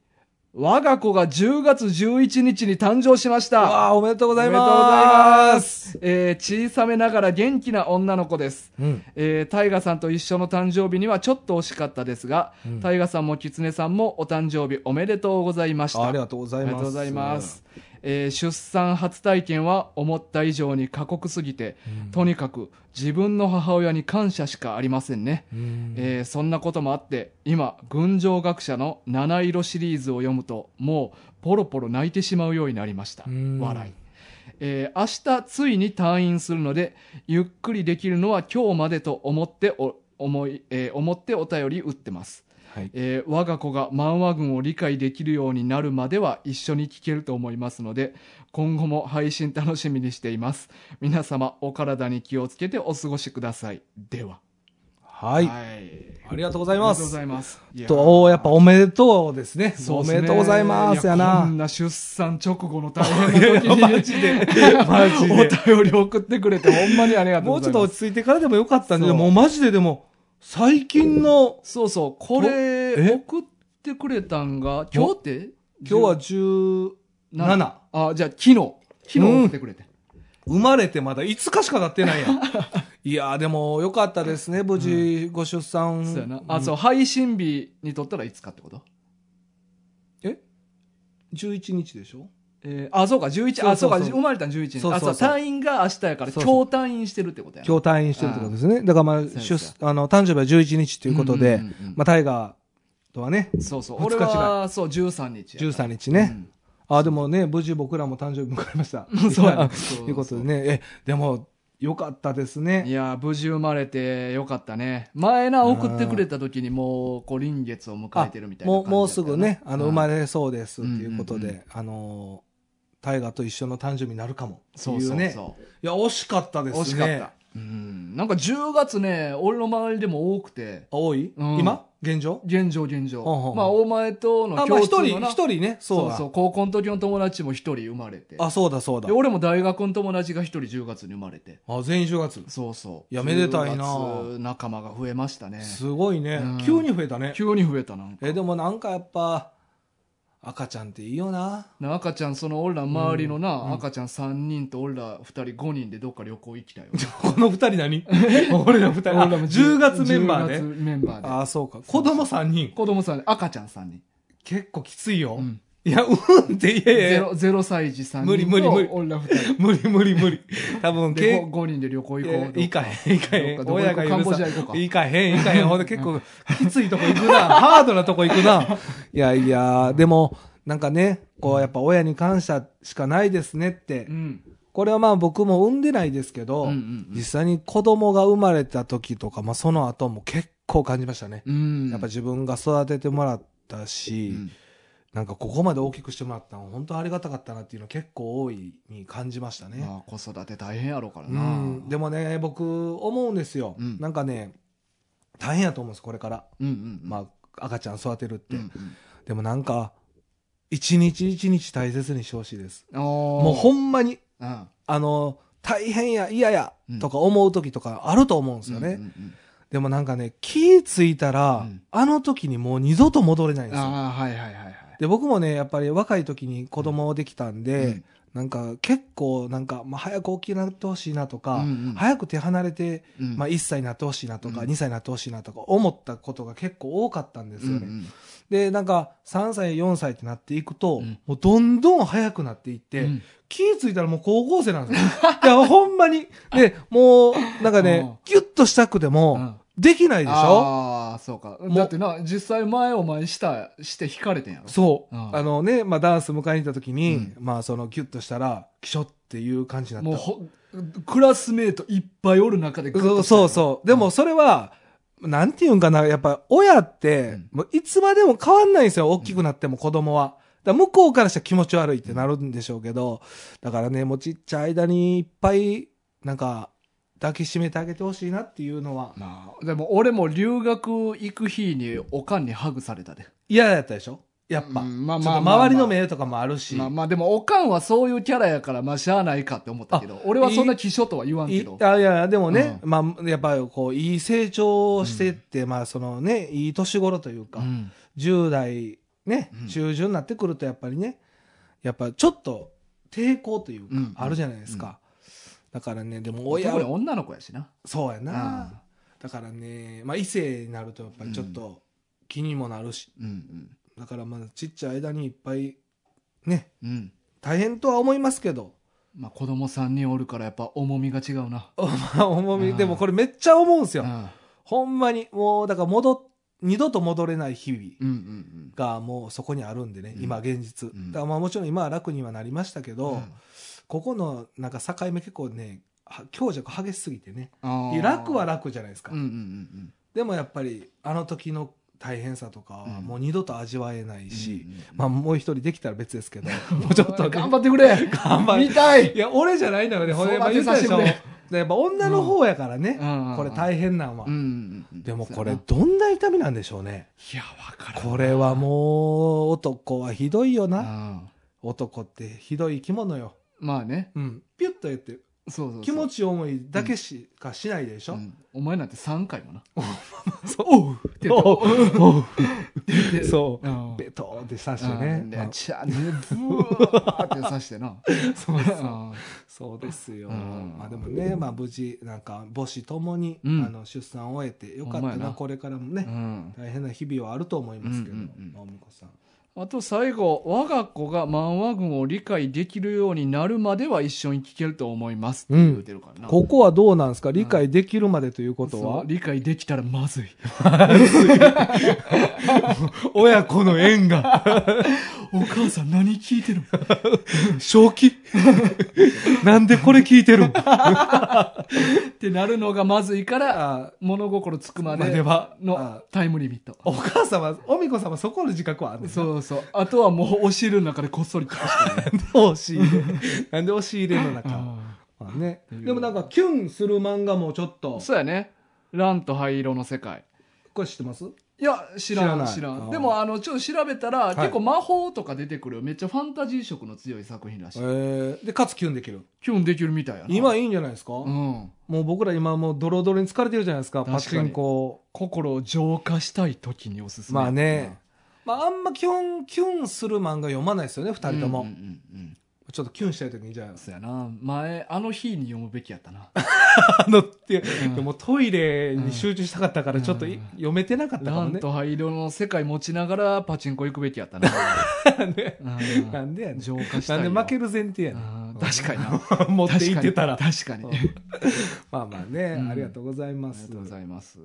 A: 我が子が10月11日に誕生しました。
B: わあ、おめでとうございます。
A: す。えー小さめながら元気な女の子です。
B: うん。
A: えー、タイガさんと一緒の誕生日にはちょっと惜しかったですが、
B: うん
A: タイガさんもキツネさんもお誕生日おめでとうございました。
B: ありがとうござ
A: あ
B: います。
A: りがとうございます。。えー出産初体験は思った以上に過酷すぎて、
B: うん
A: とにかく自分の母親に感謝しかありませんね。
B: うん
A: えーそんなこともあって今群青学者の七色シリーズを読むともうポロポロ泣いてしまうようになりました
B: うん
A: 笑い、えー明日ついに退院するのでゆっくりできるのは今日までと思ってお思い、えー思ってお便り打ってます、
B: はい。
A: えー我が子が漫画群を理解できるようになるまでは一緒に聞けると思いますので今後も配信楽しみにしています皆様お体に気をつけてお過ごしくださいでは
B: はい。
A: はい
B: ありがとうござい
A: あり
B: ま
A: がとうご
B: す
A: ざ。います。いや
B: と、やっぱおめでとうですね。
A: そう
B: お
A: っすね
B: めでとうございますや
A: いこ。
B: なん
A: な出産直後の大変 な時に、マジで、
B: マジで
A: お便り送ってくれて、ほんまにありがとう
B: も
A: ご
B: うちょ
A: ざ
B: っ
A: います。
B: と落ち着いてからでもよかったんで、
A: そう
B: もうマジででも、最近の、
A: そうそう、これ、
B: え
A: 送ってくれたんが、今日って
B: 今日は17。
A: は、あ、じゃあ昨日、昨日送ってくれて。
B: 生まれてまだ5日しか経って ないやん。いやーでもよかったですね、無事ご出産。
A: そうやな。あ、そう、配信日にとったらいつかってこと
B: 11日でしょ
A: えーあ、そうか、11、あ、
B: そ
A: そうう
B: そうそう
A: か、生まれたの11日。
B: そうそうそう
A: あ、そう、退院が明日やから、
B: そ
A: 今
B: う
A: 日
B: そう
A: 退院してるってことやな。
B: 今日退院してるってことですね。だからまあ、
A: そう
B: 出
A: です
B: すあの、誕生日は11日ということで、
A: んんうんうん
B: まあ、タイガーとはね、
A: そうそう、
B: 二日違
A: 俺
B: い
A: は、そう、13日やから。
B: 13日ね。
A: うん。
B: あ、でもね、無事僕らも誕生日迎えました
A: そうやな
B: と いうことでね、え、でも、よかったです
A: い
B: ね。
A: やー無事生まれてよかったね前な送ってくれた時にもうこう臨月を迎えてるみたいな
B: も
A: 感
B: う、
A: じ
B: もうすぐね、あの、生ま
A: れ
B: れそうです、ということ
A: うんうんう
B: で、あのー、タイガーと一緒の誕生日になるかも。ってい
A: そうそうう
B: ね。
A: そ
B: いや、惜しかった
A: う
B: ですね。
A: 惜しかった。うんなんか10月ね俺の周りでも多くて
B: 多い、
A: うん
B: 今現状
A: 現状現状
B: ほんほんほん
A: まあお前との
B: あ、まあ
A: 共
B: 一
A: 通の
B: 人、
A: な
B: 一人ね。そ
A: そうう
B: だ。
A: そう高校の時の友達も一人生まれて
B: あ、そうだ、そうだ
A: で。俺も大学の友達が一人10月に生まれて
B: あ、全員10月。
A: そうそうい
B: いやめでたいな
A: 仲間が増えましたね
B: すごいね、
A: うん
B: 急に増えたね。
A: 急に増えたなんか
B: え、でもなんかやっぱ、赤ちゃんっていいよな。
A: な赤ちゃんその俺ら周りのな、
B: うん
A: 赤ちゃん3人と俺ら2人5人でどっか旅行行きたいよ
B: この二人 何俺ら二人。あ10月メンバーで。
A: 10月メンバー
B: あ
A: で
B: あ、そうか。子供三人。
A: 子供さん赤ちゃん3人、
B: 結構きついよ。
A: うん
B: いや、うんって言え
A: ゼ
B: や
A: ロゼロ歳児3人と
B: 無理無理無理
A: 俺ら2人
B: 無理無理 無理。多分、
A: で
B: け
A: 5, 5人で旅行行こうどっ
B: えいかへん、いかへ
A: どっか
B: ん。
A: どっか
B: 親が許
A: カ
B: さん
A: ンボジア行こうか
B: いかへん、いかへん。ほんで結構、きついとこ行く な。ハードなとこ行くな。いやいや、でも、なんかね、こう、やっぱ親に感謝しかないですねって
A: う。ん
B: これはまあ僕も産んでないですけ
A: う
B: ど
A: んう、ん
B: 実際に子供が生まれた時とか、まあその後も結構感じましたね。
A: うん
B: やっぱ自分が育ててもらった
A: う
B: し、
A: ん
B: なんかここまで大きくしてもらったの本当ありがたかったなっていうの結構大いに感じましたね。
A: まあ、子育て大変やろうから
B: う
A: な、
B: ん、でもね僕思うんですよ、
A: うん
B: なんかね大変やと思うんですこれから、
A: うんうんあ
B: まあ、赤ちゃん育てるって、
A: うん
B: でもなんか一日一日大切にしてほしいです
A: うん、
B: も
A: も
B: うほんまに
A: うん
B: あの大変や嫌や
A: うん
B: とか思う時とかあると思うんですよね、
A: うんうん
B: でもなんかね気ついたら、
A: うん
B: あの時にもう二度と戻れな
A: う
B: いん
A: ん
B: ですよ
A: ああはいはいはいはい
B: で僕もねやっぱり若い時に子供できたんで、
A: うん
B: なんか結構なんか、まあ、早く大きくなってほしいなとか、
A: うんうん
B: 早く手離れて、
A: うん
B: まあ、1歳になってほしいなとか、
A: うん
B: 2歳になってほしいなとか思ったことが結構多かったんですよね、
A: うん
B: でなんか3歳4歳ってなっていくと、
A: うん
B: もうどんどん早くなっていって、
A: うん
B: 気ぃついたらもう高校生な んですよいやほんまにでもうなんかね
A: うん
B: ギュッとしたくても、
A: うん
B: できないでしょ
A: あああ、そうか。だってな、実際前お前した、して引かれてんやろ。
B: そう、
A: うん
B: あのね、まあ、ダンス迎えに行った時に、
A: うん
B: まあそのギュッとしたらキショっていう感じにな
A: もう
B: った
A: ほ、クラスメートいっぱいおる中でグッ
B: そ
A: と
B: う
A: きたん
B: そ
A: やろ
B: うそうでもそれは、なんていうんかなやっぱ親って、
A: うん
B: もういつまでも変わんないんですよ大きくなっても子供は。だから向こうからしたら気持ち悪いってなるんでしょうけど、だからね、もうちっちゃい間にいっぱい、なんか、抱きしめてあげてほしいなっていうのは、
A: なあでも俺も留学行く日におかんにハグされたで。
B: 嫌だったでしょやっぱ。
A: うんまあ
B: ちょっと周りの目とかもあるし。
A: まあまあでもおかんはそういうキャラやからまあしゃあないかって思ったけど俺はそんな気象とは言わんけ
B: い
A: ど
B: あいやいやでもね、まあやっぱりこういい成長をしてって、まあそのねいい年頃というか、
A: うん
B: 10代ね
A: うん
B: 中旬になってくるとやっぱりねやっぱちょっと抵抗というか、
A: うん
B: あるじゃないですか、だからねでも親
A: 特に
B: は
A: 女の子やしな
B: そうやな、
A: うん
B: だからねまあ異性になるとやっぱりちょっと気にもなるし、
A: うん
B: だからまあちっちゃい間にいっぱいね
A: うんうん
B: 大変とは思いますけど
A: まあ子供三人おるからやっぱ重みが違うな
B: おまあ重み、
A: うん
B: でもこれめっちゃ思うんです
A: う
B: よ、
A: んうん
B: ほんまに、もう、だから戻っ、二度と戻れない日々
A: うんうん
B: がもうそこにあるんでね、
A: うん
B: 今現実。
A: うん
B: だからまあもちろん今は楽にはなりましたけど、
A: うん
B: ここのなんか境目結構ね、は強弱激しすぎてね。
A: あー
B: 楽は楽じゃないですか。
A: うんうんうん
B: でもやっぱり、あの時の大変さとか
A: う
B: は
A: ん
B: もう二度と味わえない
A: うん
B: し、
A: うんうん
B: まあもう一人できたら別ですけど、もうちょっとね、
A: 頑張ってくれ
B: 頑張
A: 見たい
B: いや、俺じゃないんだよね、ほんま
A: 育
B: 言
A: て
B: っ
A: さ
B: たで
A: せ
B: してょ。
A: くれ
B: でやっぱ女の方やからね、これ
A: 変
B: 大変なんは。でもこれどんな痛みなんでしょうね。
A: いやわからん
B: これはもう男はひどいよな。
A: あ
B: 男ってひどい生き物よ。
A: ーまあね
B: うん。ピュッと言って
A: そうそうそう
B: 気持ち重いだけしかしないでし
A: う
B: ょ。
A: んお前なんて三回もな
B: そう。おう
A: て
B: おう
A: で
B: そう。
A: うん
B: ベトーンって刺して
A: ね
B: ね。
A: で
B: まあ
A: チャーねブワーって刺してな
B: そうそう
A: うん
B: そうですよ。
A: うん
B: まあでもね、まあ無事なんか母子ともにあ
A: うん
B: の出産を終えてよか
A: ほ
B: った
A: んまや
B: な
A: な
B: これからもね。大変な日々はあると思いますけど、
A: う
B: ま
A: んうんうん
B: あおみこさん。
A: あと最後我が子が漫画群を理解できるようになるまでは一緒に聞けると思いますって言うてるからな、
B: ここはどうなんですか理解できるまでということ
A: そ
B: は
A: う理解できたらまずい
B: 親子の縁が
A: お母さん何聞いてるの
B: 正 気なんでこれ聞いてるん
A: ってなるのがまずいから
B: あ
A: 物心つくま
B: まで
A: で
B: は
A: の
B: あ
A: タイムリミット
B: お母様おみこ様そこの自覚はあるう
A: そうそうあとはもうお汁の中でこっそり聞くしかない
B: 押し入れ なんで押し入れの中、
A: あ
B: まあね、
A: うん
B: でもなんかキュンする漫画もちょっ
A: ー
B: と
A: そうやね蘭と灰色の世界
B: これ知ってます
A: いや、知ら
B: 知ら
A: ん、
B: ない
A: 知ら
B: あ
A: ん。
B: ー
A: でも、あの、ちょっと調べたら、
B: い
A: 結構魔法とか出てくる、めっちゃファンタジー色の強い作品らし
B: え
A: い。
B: ー、でかつキュンできる
A: キュンできるみたいやな。
B: 今いいんじゃないですか、
A: うん。
B: もう僕ら今もうドロドロに疲れてるじゃないですか
A: 確かに
B: パチンコ
A: 心を浄化したい時におすすめ。
B: まあね、まああんま基本キュンする漫画読まないですよね
A: うん、
B: 二人とも、
A: うんうんうん
B: ちょっとキュンしたい時にじゃあ
A: うん。そうやな。前、あの日に読むべきやったな。
B: あのって、
A: うん
B: でもトイレに集中したかったか
A: う
B: ら
A: ん
B: ちょっとい、
A: うん
B: 読めてなかったか
A: ラ
B: も
A: ン
B: ね。
A: と灰色の世界持ちながらパチンコ行くべきやったな。
B: ね
A: うん
B: なんでやねん。
A: 浄化した
B: ない
A: よ。
B: んで負ける前提やねん。
A: うん確かにな。
B: 持って行ってたら。
A: 確かに。確かに
B: まあまあね、
A: うん
B: ありがとうござい
A: あ
B: ま
A: り
B: す。
A: がとうございます。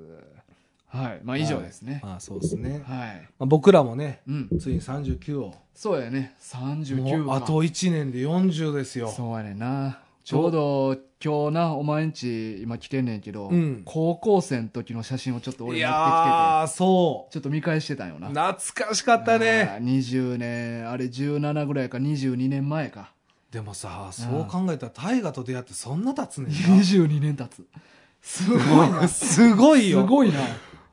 A: はい。まあ、以上ですね。
B: まあそうですね。ま
A: はい。
B: あ、僕らもね、
A: うん。
B: ついに39を。
A: そうやね39
B: もう
A: か
B: あと1年で40ですよ。
A: そうやねんなちょうど今日なお前んち今来てんねんけど、
B: うん
A: 高校生の時の写真をちょっと俺持ってき
B: いやー、そ
A: ててちょっと見返してたんよ
B: う。
A: な
B: 懐かしかった
A: あ
B: ね。
A: ー20年あれ17ぐらいか22年前か
B: でもさ、そう考えたら大河と出会ってそんな経つねんな。
A: 22年経つすごいな
B: すごい
A: す
B: よ。
A: ごいな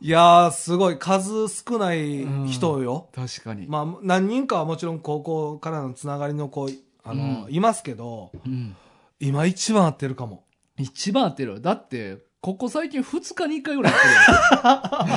A: い
B: やー、すごい。数少ない人よ。
A: 確かに、
B: まあ、何人かはもちろん高校からのつながりの子、あの、
A: うん
B: いますけど、
A: うん、
B: 今一番合ってるかも。
A: 一番合ってるよだってここ最近2日に1回ぐらいやってるよ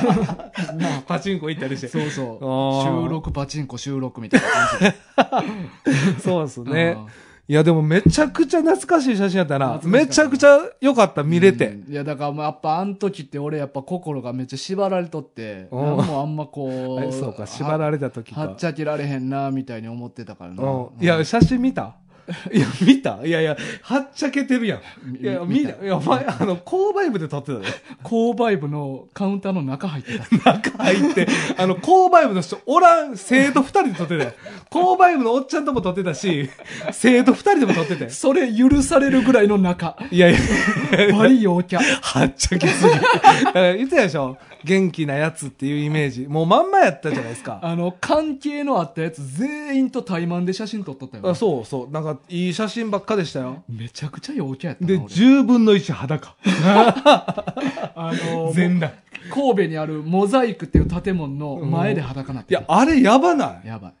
B: パチンコ行ったりし て。
A: そうそう
B: あー
A: 収録パチンコ収録みたいな感じで
B: そうですね
A: う。ん
B: いや、でもめちゃくちゃ懐かしい写真やったな。
A: 懐
B: め
A: かし
B: ち
A: か
B: ゃ
A: った
B: くちゃ良かった、見れて。
A: うんいやだからもうやっぱあん時って俺やっぱ心がめっちゃ縛られとって
B: うん
A: 何 もあんまこ
B: え
A: う
B: そうか、縛
A: れ
B: られた時
A: はは
B: か
A: っち。ゃけられへんなみたいに思ってたからな
B: うん。いうや、
A: ん
B: 写真見た いや、見たいやいや、はっちゃけてるやん。
A: み
B: いや、
A: 見
B: 見
A: た
B: た。いや、お前、あの、購買部で撮ってたね。
A: 購買部のカウンターの中入ってた。
B: 中入って、あの、購買部の人、おらん、生徒二人で撮 ってたよ。購買部のおっちゃんとも撮ってたし、生徒二人でも撮ってたよ。
A: それ許されるぐらいの 中。
B: いやいや、
A: バリ陽キャ。
B: はっちゃけすぎ。 だから言ってたでしょ元気なやつっていうイメージ。もうまんまやったじゃないですか。
A: あの、関係のあったやつ全員と対マンで写真撮っとったよな
B: あそうそう。なんか、いい写真ばっかでしたよ。
A: めちゃくちゃ陽キャやったな
B: で、
A: 俺
B: 10分の1裸。
A: あの
B: 全裸。
A: 神戸にあるモザイクっていう建物の前で裸なっ
B: い
A: てた
B: や、あれやばない
A: やばい。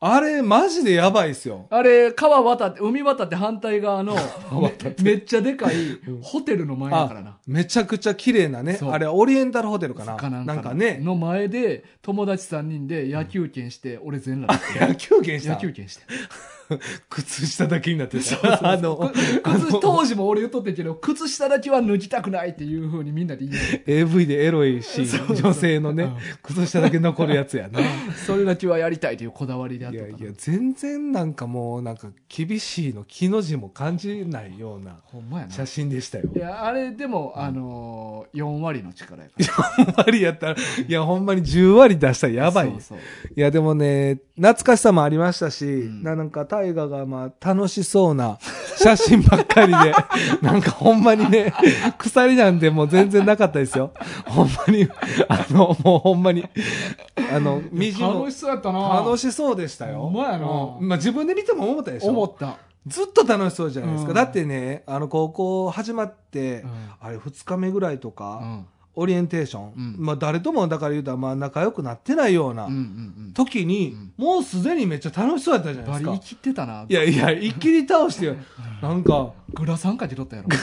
B: あれ、マジでやばいっすよ。
A: あれ、川渡って、海渡って反対側の、
B: 渡
A: めっちゃでかいホテルの前だからな。
B: めちゃくちゃ綺麗なね。
A: そう
B: あれ、オリエンタルホテルかな。
A: か
B: な
A: なんんか
B: かね、
A: の前で、友達3人で野球券して、俺全裸だ っ。
B: 野球券したた
A: 野。球券して。
B: 靴下だけに なってた。あの、
A: 靴、当時も俺言っとってんけど、靴下だけは脱ぎたくないっていう風にみんなで言う。
B: AV でエロいシ
A: そう
B: ー
A: そ
B: ン、
A: う
B: 女性の
A: う
B: ね
A: ん、
B: 靴下だけ残るや つやな。い
A: それだけはやりたいというこだわりであった
B: や
A: か
B: い
A: ら。
B: や、全然なんかもう、なんか厳しいの、木の字も感じないような
A: ほんまやな。
B: 写真でしたよ。
A: いや、あれでも、あのー、4割の力やから。
B: 10割やったら、いや、ほんまに10割出したらやばいよ。
A: そうそう
B: いや、でもね、懐かしさもありましたし、
A: ん
B: ななんか大河がまあ楽しそうな写真ばっかりで、 なんかほんまにね、鎖なんてもう全然なかったですよ。ほんまに、あの、もうほんまに、あの、みじも
A: 楽しそうやったな。
B: 楽しそうでしたよ。
A: ほんまやな
B: うんまあ自分で見ても思ったでしょ。
A: 思った。
B: ずっと楽しそうじゃないですか。
A: うん
B: だってね、あの、高校始まって、
A: うん
B: あれ2日目ぐらいと
A: う
B: か、
A: ん。
B: オリエンテーション、
A: うん
B: まあ誰ともだから言うとまあ仲良くなってないような、
A: うんうん
B: 時に、もうすでにめっちゃ楽しそうやったじゃ
A: うん。
B: ないで
A: バリ
B: すか
A: 生。きてたな。
B: いやいや、一気に倒してよ。なんか、
A: グラサンかけとったやろ。
B: グ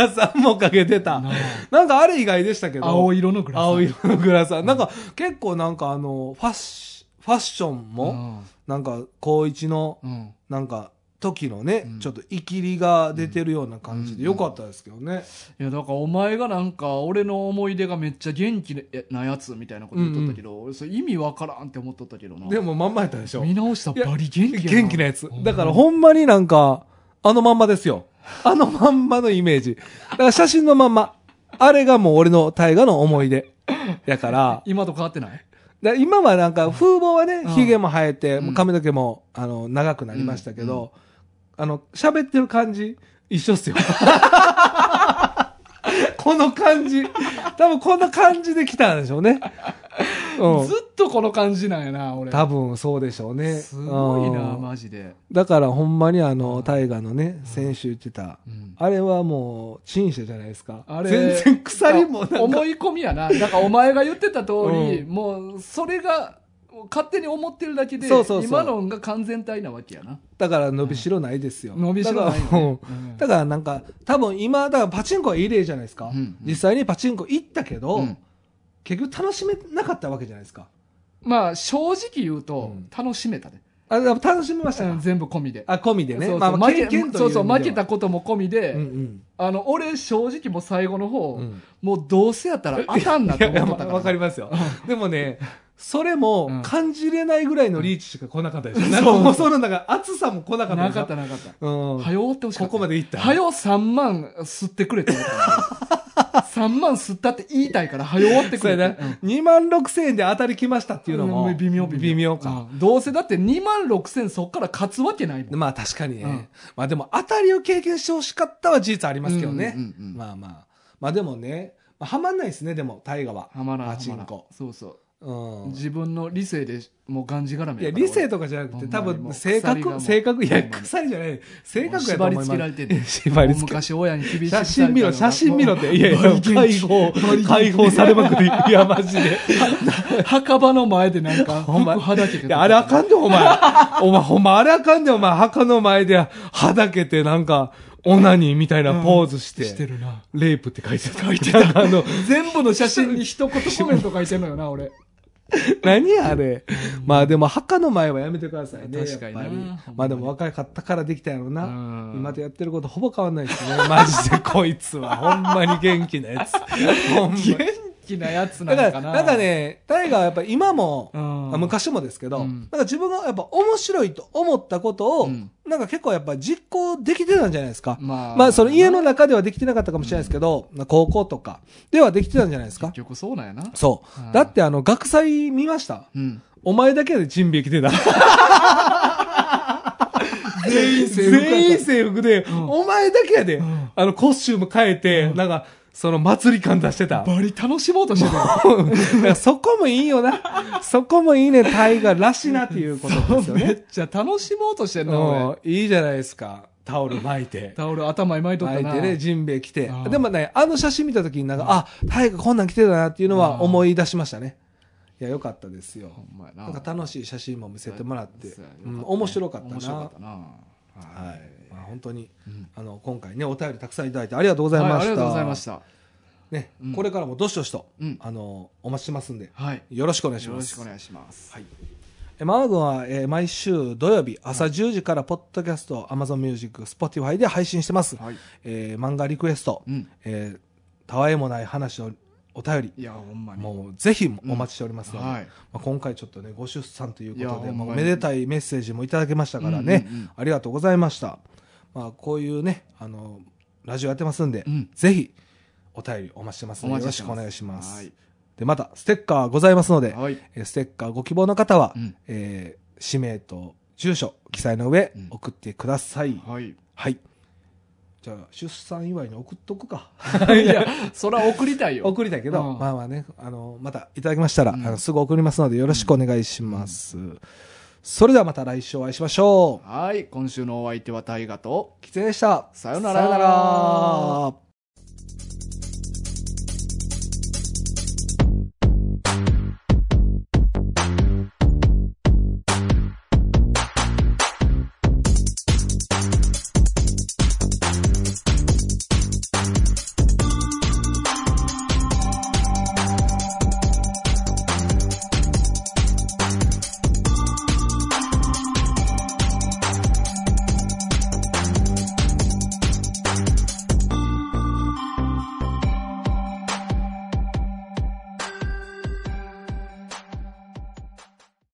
B: ラサンもかけてた
A: な。
B: なんかあれ以外でしたけど、
A: 青色のグラサン。
B: 青色のグラサン。なんか、結構なんかあの、ファッシ、ファッション
A: う
B: も、
A: ん。
B: なんか、高一の、
A: うん。
B: なんか、時のね、
A: うん
B: ちょっとイキリが出てるような感じで、
A: うん
B: よかったですけどね。
A: いや、だからお前がなんか、俺の思い出がめっちゃ元気なやつみたいなこと言っとったけど、俺それ意味わからんって思っとったけどな。
B: でも、まんまやったでしょ
A: 見。直したらバリ元気やな。
B: 元気なやつ
A: ほん。ま
B: だからほんまになんか、あのまんまですよ。あのまんまのイメージ。だから写真のまんま。あれがもう俺の大河の思い出。やから、
A: 今と変わってない
B: だから今はなんか風貌はね
A: うん、
B: 髭も生えて、
A: うん
B: もう髪の毛も、あの、長くなりましたけど、あの、喋ってる感じ、一緒っ すよ。この感じ。多分こんな感じで来たんでしょうね。うん。
A: ずっとこの感じなんやな、俺。
B: 多分そうでしょうね。
A: すごいな、
B: うん
A: マジで。
B: だからほんまにあの、大河のね、先週言ってた、
A: うん
B: あれはもう、陳謝じゃないですか。
A: あれ
B: 全然鎖もなんか
A: 思い込みやな。だからお前が言ってた通り、
B: う
A: もう、それが、勝手に思ってるだけで、
B: そうそうそう
A: 今のが完全体なわけやな。
B: だから伸びしろないですよ。
A: 伸びしろない
B: だから,うん、
A: よねうん
B: だからなんか、多分今、だからパチンコはいい例じゃないですか。
A: うんうん
B: 実際にパチンコ行ったけど、
A: うん
B: 結局楽しめなかったわけじゃないですか。
A: まあ、正直言うと
B: うん、
A: 楽しめたで。
B: あでも楽しみましたか、
A: うん全部込みで。
B: あ、込みでね。
A: そうそう
B: まあまあ、
A: 負け
B: 経験とい
A: そううそう、
B: 意
A: 負
B: 味
A: け
B: では
A: たことも込みで、
B: うん
A: あの、俺、正直もう最後の方、
B: うん。うん
A: もうどうせやったら当たんなっ
B: い
A: て
B: やい
A: 思
B: や
A: っと
B: まあ
A: ったから。
B: わかりますよ。でもね、それも感じれないぐらいのリーチしか来なかったですよ。なんかもうその中、暑さも来なかった
A: な
B: でし
A: かっ
B: ょ
A: たなかった。
B: うん。
A: はよ終わってほしかった。
B: ここまで行った
A: はよ3万吸ってくれって思っ た。3万吸ったって言いたいから、はよ終わってく
B: そう
A: れ
B: や
A: って。
B: な。2万6千円で当たりきましたっていうの
A: う
B: も。
A: ん微妙微妙。
B: 微妙か。
A: うんどうせだって2万6千そっから勝つわけないもん。
B: まあ確かにね。
A: うん
B: まあでも当たりを経験してほしかったは事実ありますけどね。
A: うんうんうん
B: まあまあ。まあでもね、まあ、はまんないですね、でも、大河は。
A: はまらんはまらん
B: パチンコ。
A: そうそうう。
B: ん。
A: 自分の理性でもうがんじがらめ
B: いや、
A: やから。
B: 理性とかじゃなく
A: ほ
B: て、
A: んま
B: 多
A: にも
B: 分、
A: う
B: 性
A: 鎖がも
B: 格、
A: う
B: 性格、いや
A: ほんま、に
B: 鎖じゃない。性格やと
A: 縛
B: 思い
A: り
B: ます。
A: 付けられてんねん
B: 縛り付け。
A: 昔親に厳しい
B: 写真見ろ、写真見ろって。いやい
A: バリ
B: や、
A: 元気
B: 解放、解放されまくり。いや、マジで。
A: 墓場の前でなん か、
B: ほんま
A: 服はだけてた
B: いや、あれあかんで、お前。お前、ほんま、あれあかんで、お前、墓の前で、はだけて、なんか、オナニーみたいなポーズして、
A: してるな。
B: レイプって書いてた。書いて た。あの、
A: 全部の写真に一言コメント書いてんのよな、俺。
B: 何あれ。まあでも、墓の前はやめてくださいね。
A: 確かにな
B: やっぱ
A: ほ
B: り
A: んまに
B: まあでも、若かったからできたやろうな。
A: うん
B: 今とやってるこ と ほぼ変わんないですね。マジで、こいつは、ほんまに元気なやつ。ほんまに。
A: 元きなやつな
B: だ
A: の
B: か
A: かな
B: ら、なんかね、タイガーはやっぱ今も、
A: うん、
B: あ昔もですけど、
A: うん
B: なんか自分がやっぱ面白いと思ったことを、
A: うん
B: なんか結構やっぱ実行できてたんじゃないですか。
A: まあ、
B: まあその家の中ではできてなかったかもしれないですけど、高校とかではできてたんじゃないですか
A: 結。局そうなんやな
B: そ
A: うん
B: う。だってあの、学祭見ました
A: うん
B: お前だけでジンベエ着てた。
A: 全員制服やった
B: 全員制服で、
A: ん
B: お前だけやで、
A: ん
B: あの、コスチューム変えて、
A: うん
B: なんか、その祭り感出してた。
A: バリ楽しもうとしてる
B: だからそこもいいよな。そこもいいね、タイガーらしいなっていうことですよ
A: め
B: ね。
A: っちゃ楽しもうとしてんな俺
B: うんいいじゃないですか。タオル巻いて。
A: タオル頭に巻いとっ
B: 巻
A: た
B: い
A: な
B: てね、ジンベエ着て
A: うん。
B: でもね、あの写真見た時になんか、あ、タイガーこんなん着てたなっていうのは思い出しましたね。いや、よかったですよ
A: ほ。んまや
B: なん
A: な
B: か楽しい写真も見せてもらって
A: そうや、よ
B: うん面白かった
A: 面白か
B: な
A: っ。たな
B: は、
A: はい
B: まあ、本当に、
A: ん
B: あの今回ねお便りたくさんいただいてありがとうござい
A: はい
B: ました、
A: ありがとうございました
B: ね
A: うん
B: これからもどしどしと、
A: うん
B: あのお待ちしてますんで
A: はい
B: よろしくお願いし
A: よ
B: ま
A: ろ
B: す
A: しくお願いします
B: はいえマー君は、えー毎週土曜日朝10時からポッドキャスト、Amazon Music、Spotify で配信してます、
A: はい
B: えー漫画リクエスト、
A: うん
B: えーたわいもない話のお便り
A: いやほんまに
B: もうぜひお待ちしておりますので、
A: うんはい
B: まあ、今回ちょっとねご出産というこ
A: いや
B: と
A: ほ
B: で
A: んま
B: も
A: に
B: うめでたいメッセージもいただけましたからね、
A: うんうんうん
B: ありがとうございました、まあ、こういうねあのラジオやってますんで、
A: うん
B: ぜひお便りお待ちしてます
A: お
B: ので
A: 待ち
B: よろ
A: し
B: してく
A: ます
B: お願いします
A: はい
B: でまたステッカーございますので、
A: はい
B: えーステッカーご希望の方は、
A: うん
B: えー氏名と住所記載の上、
A: うん
B: 送ってください、
A: はい
B: はいじゃあ出産祝いに送っとくか
A: いやそら送りたいよ
B: 送りたいけど、
A: うん
B: まあまあね、あの、またいただきましたら、
A: うん
B: あのすぐ送りますのでよろしくお願いします。それではまた来週お会いしましょ
A: はい今週のお相手は大ガと
B: う。きつねでした。
A: さよなら
B: さよなら。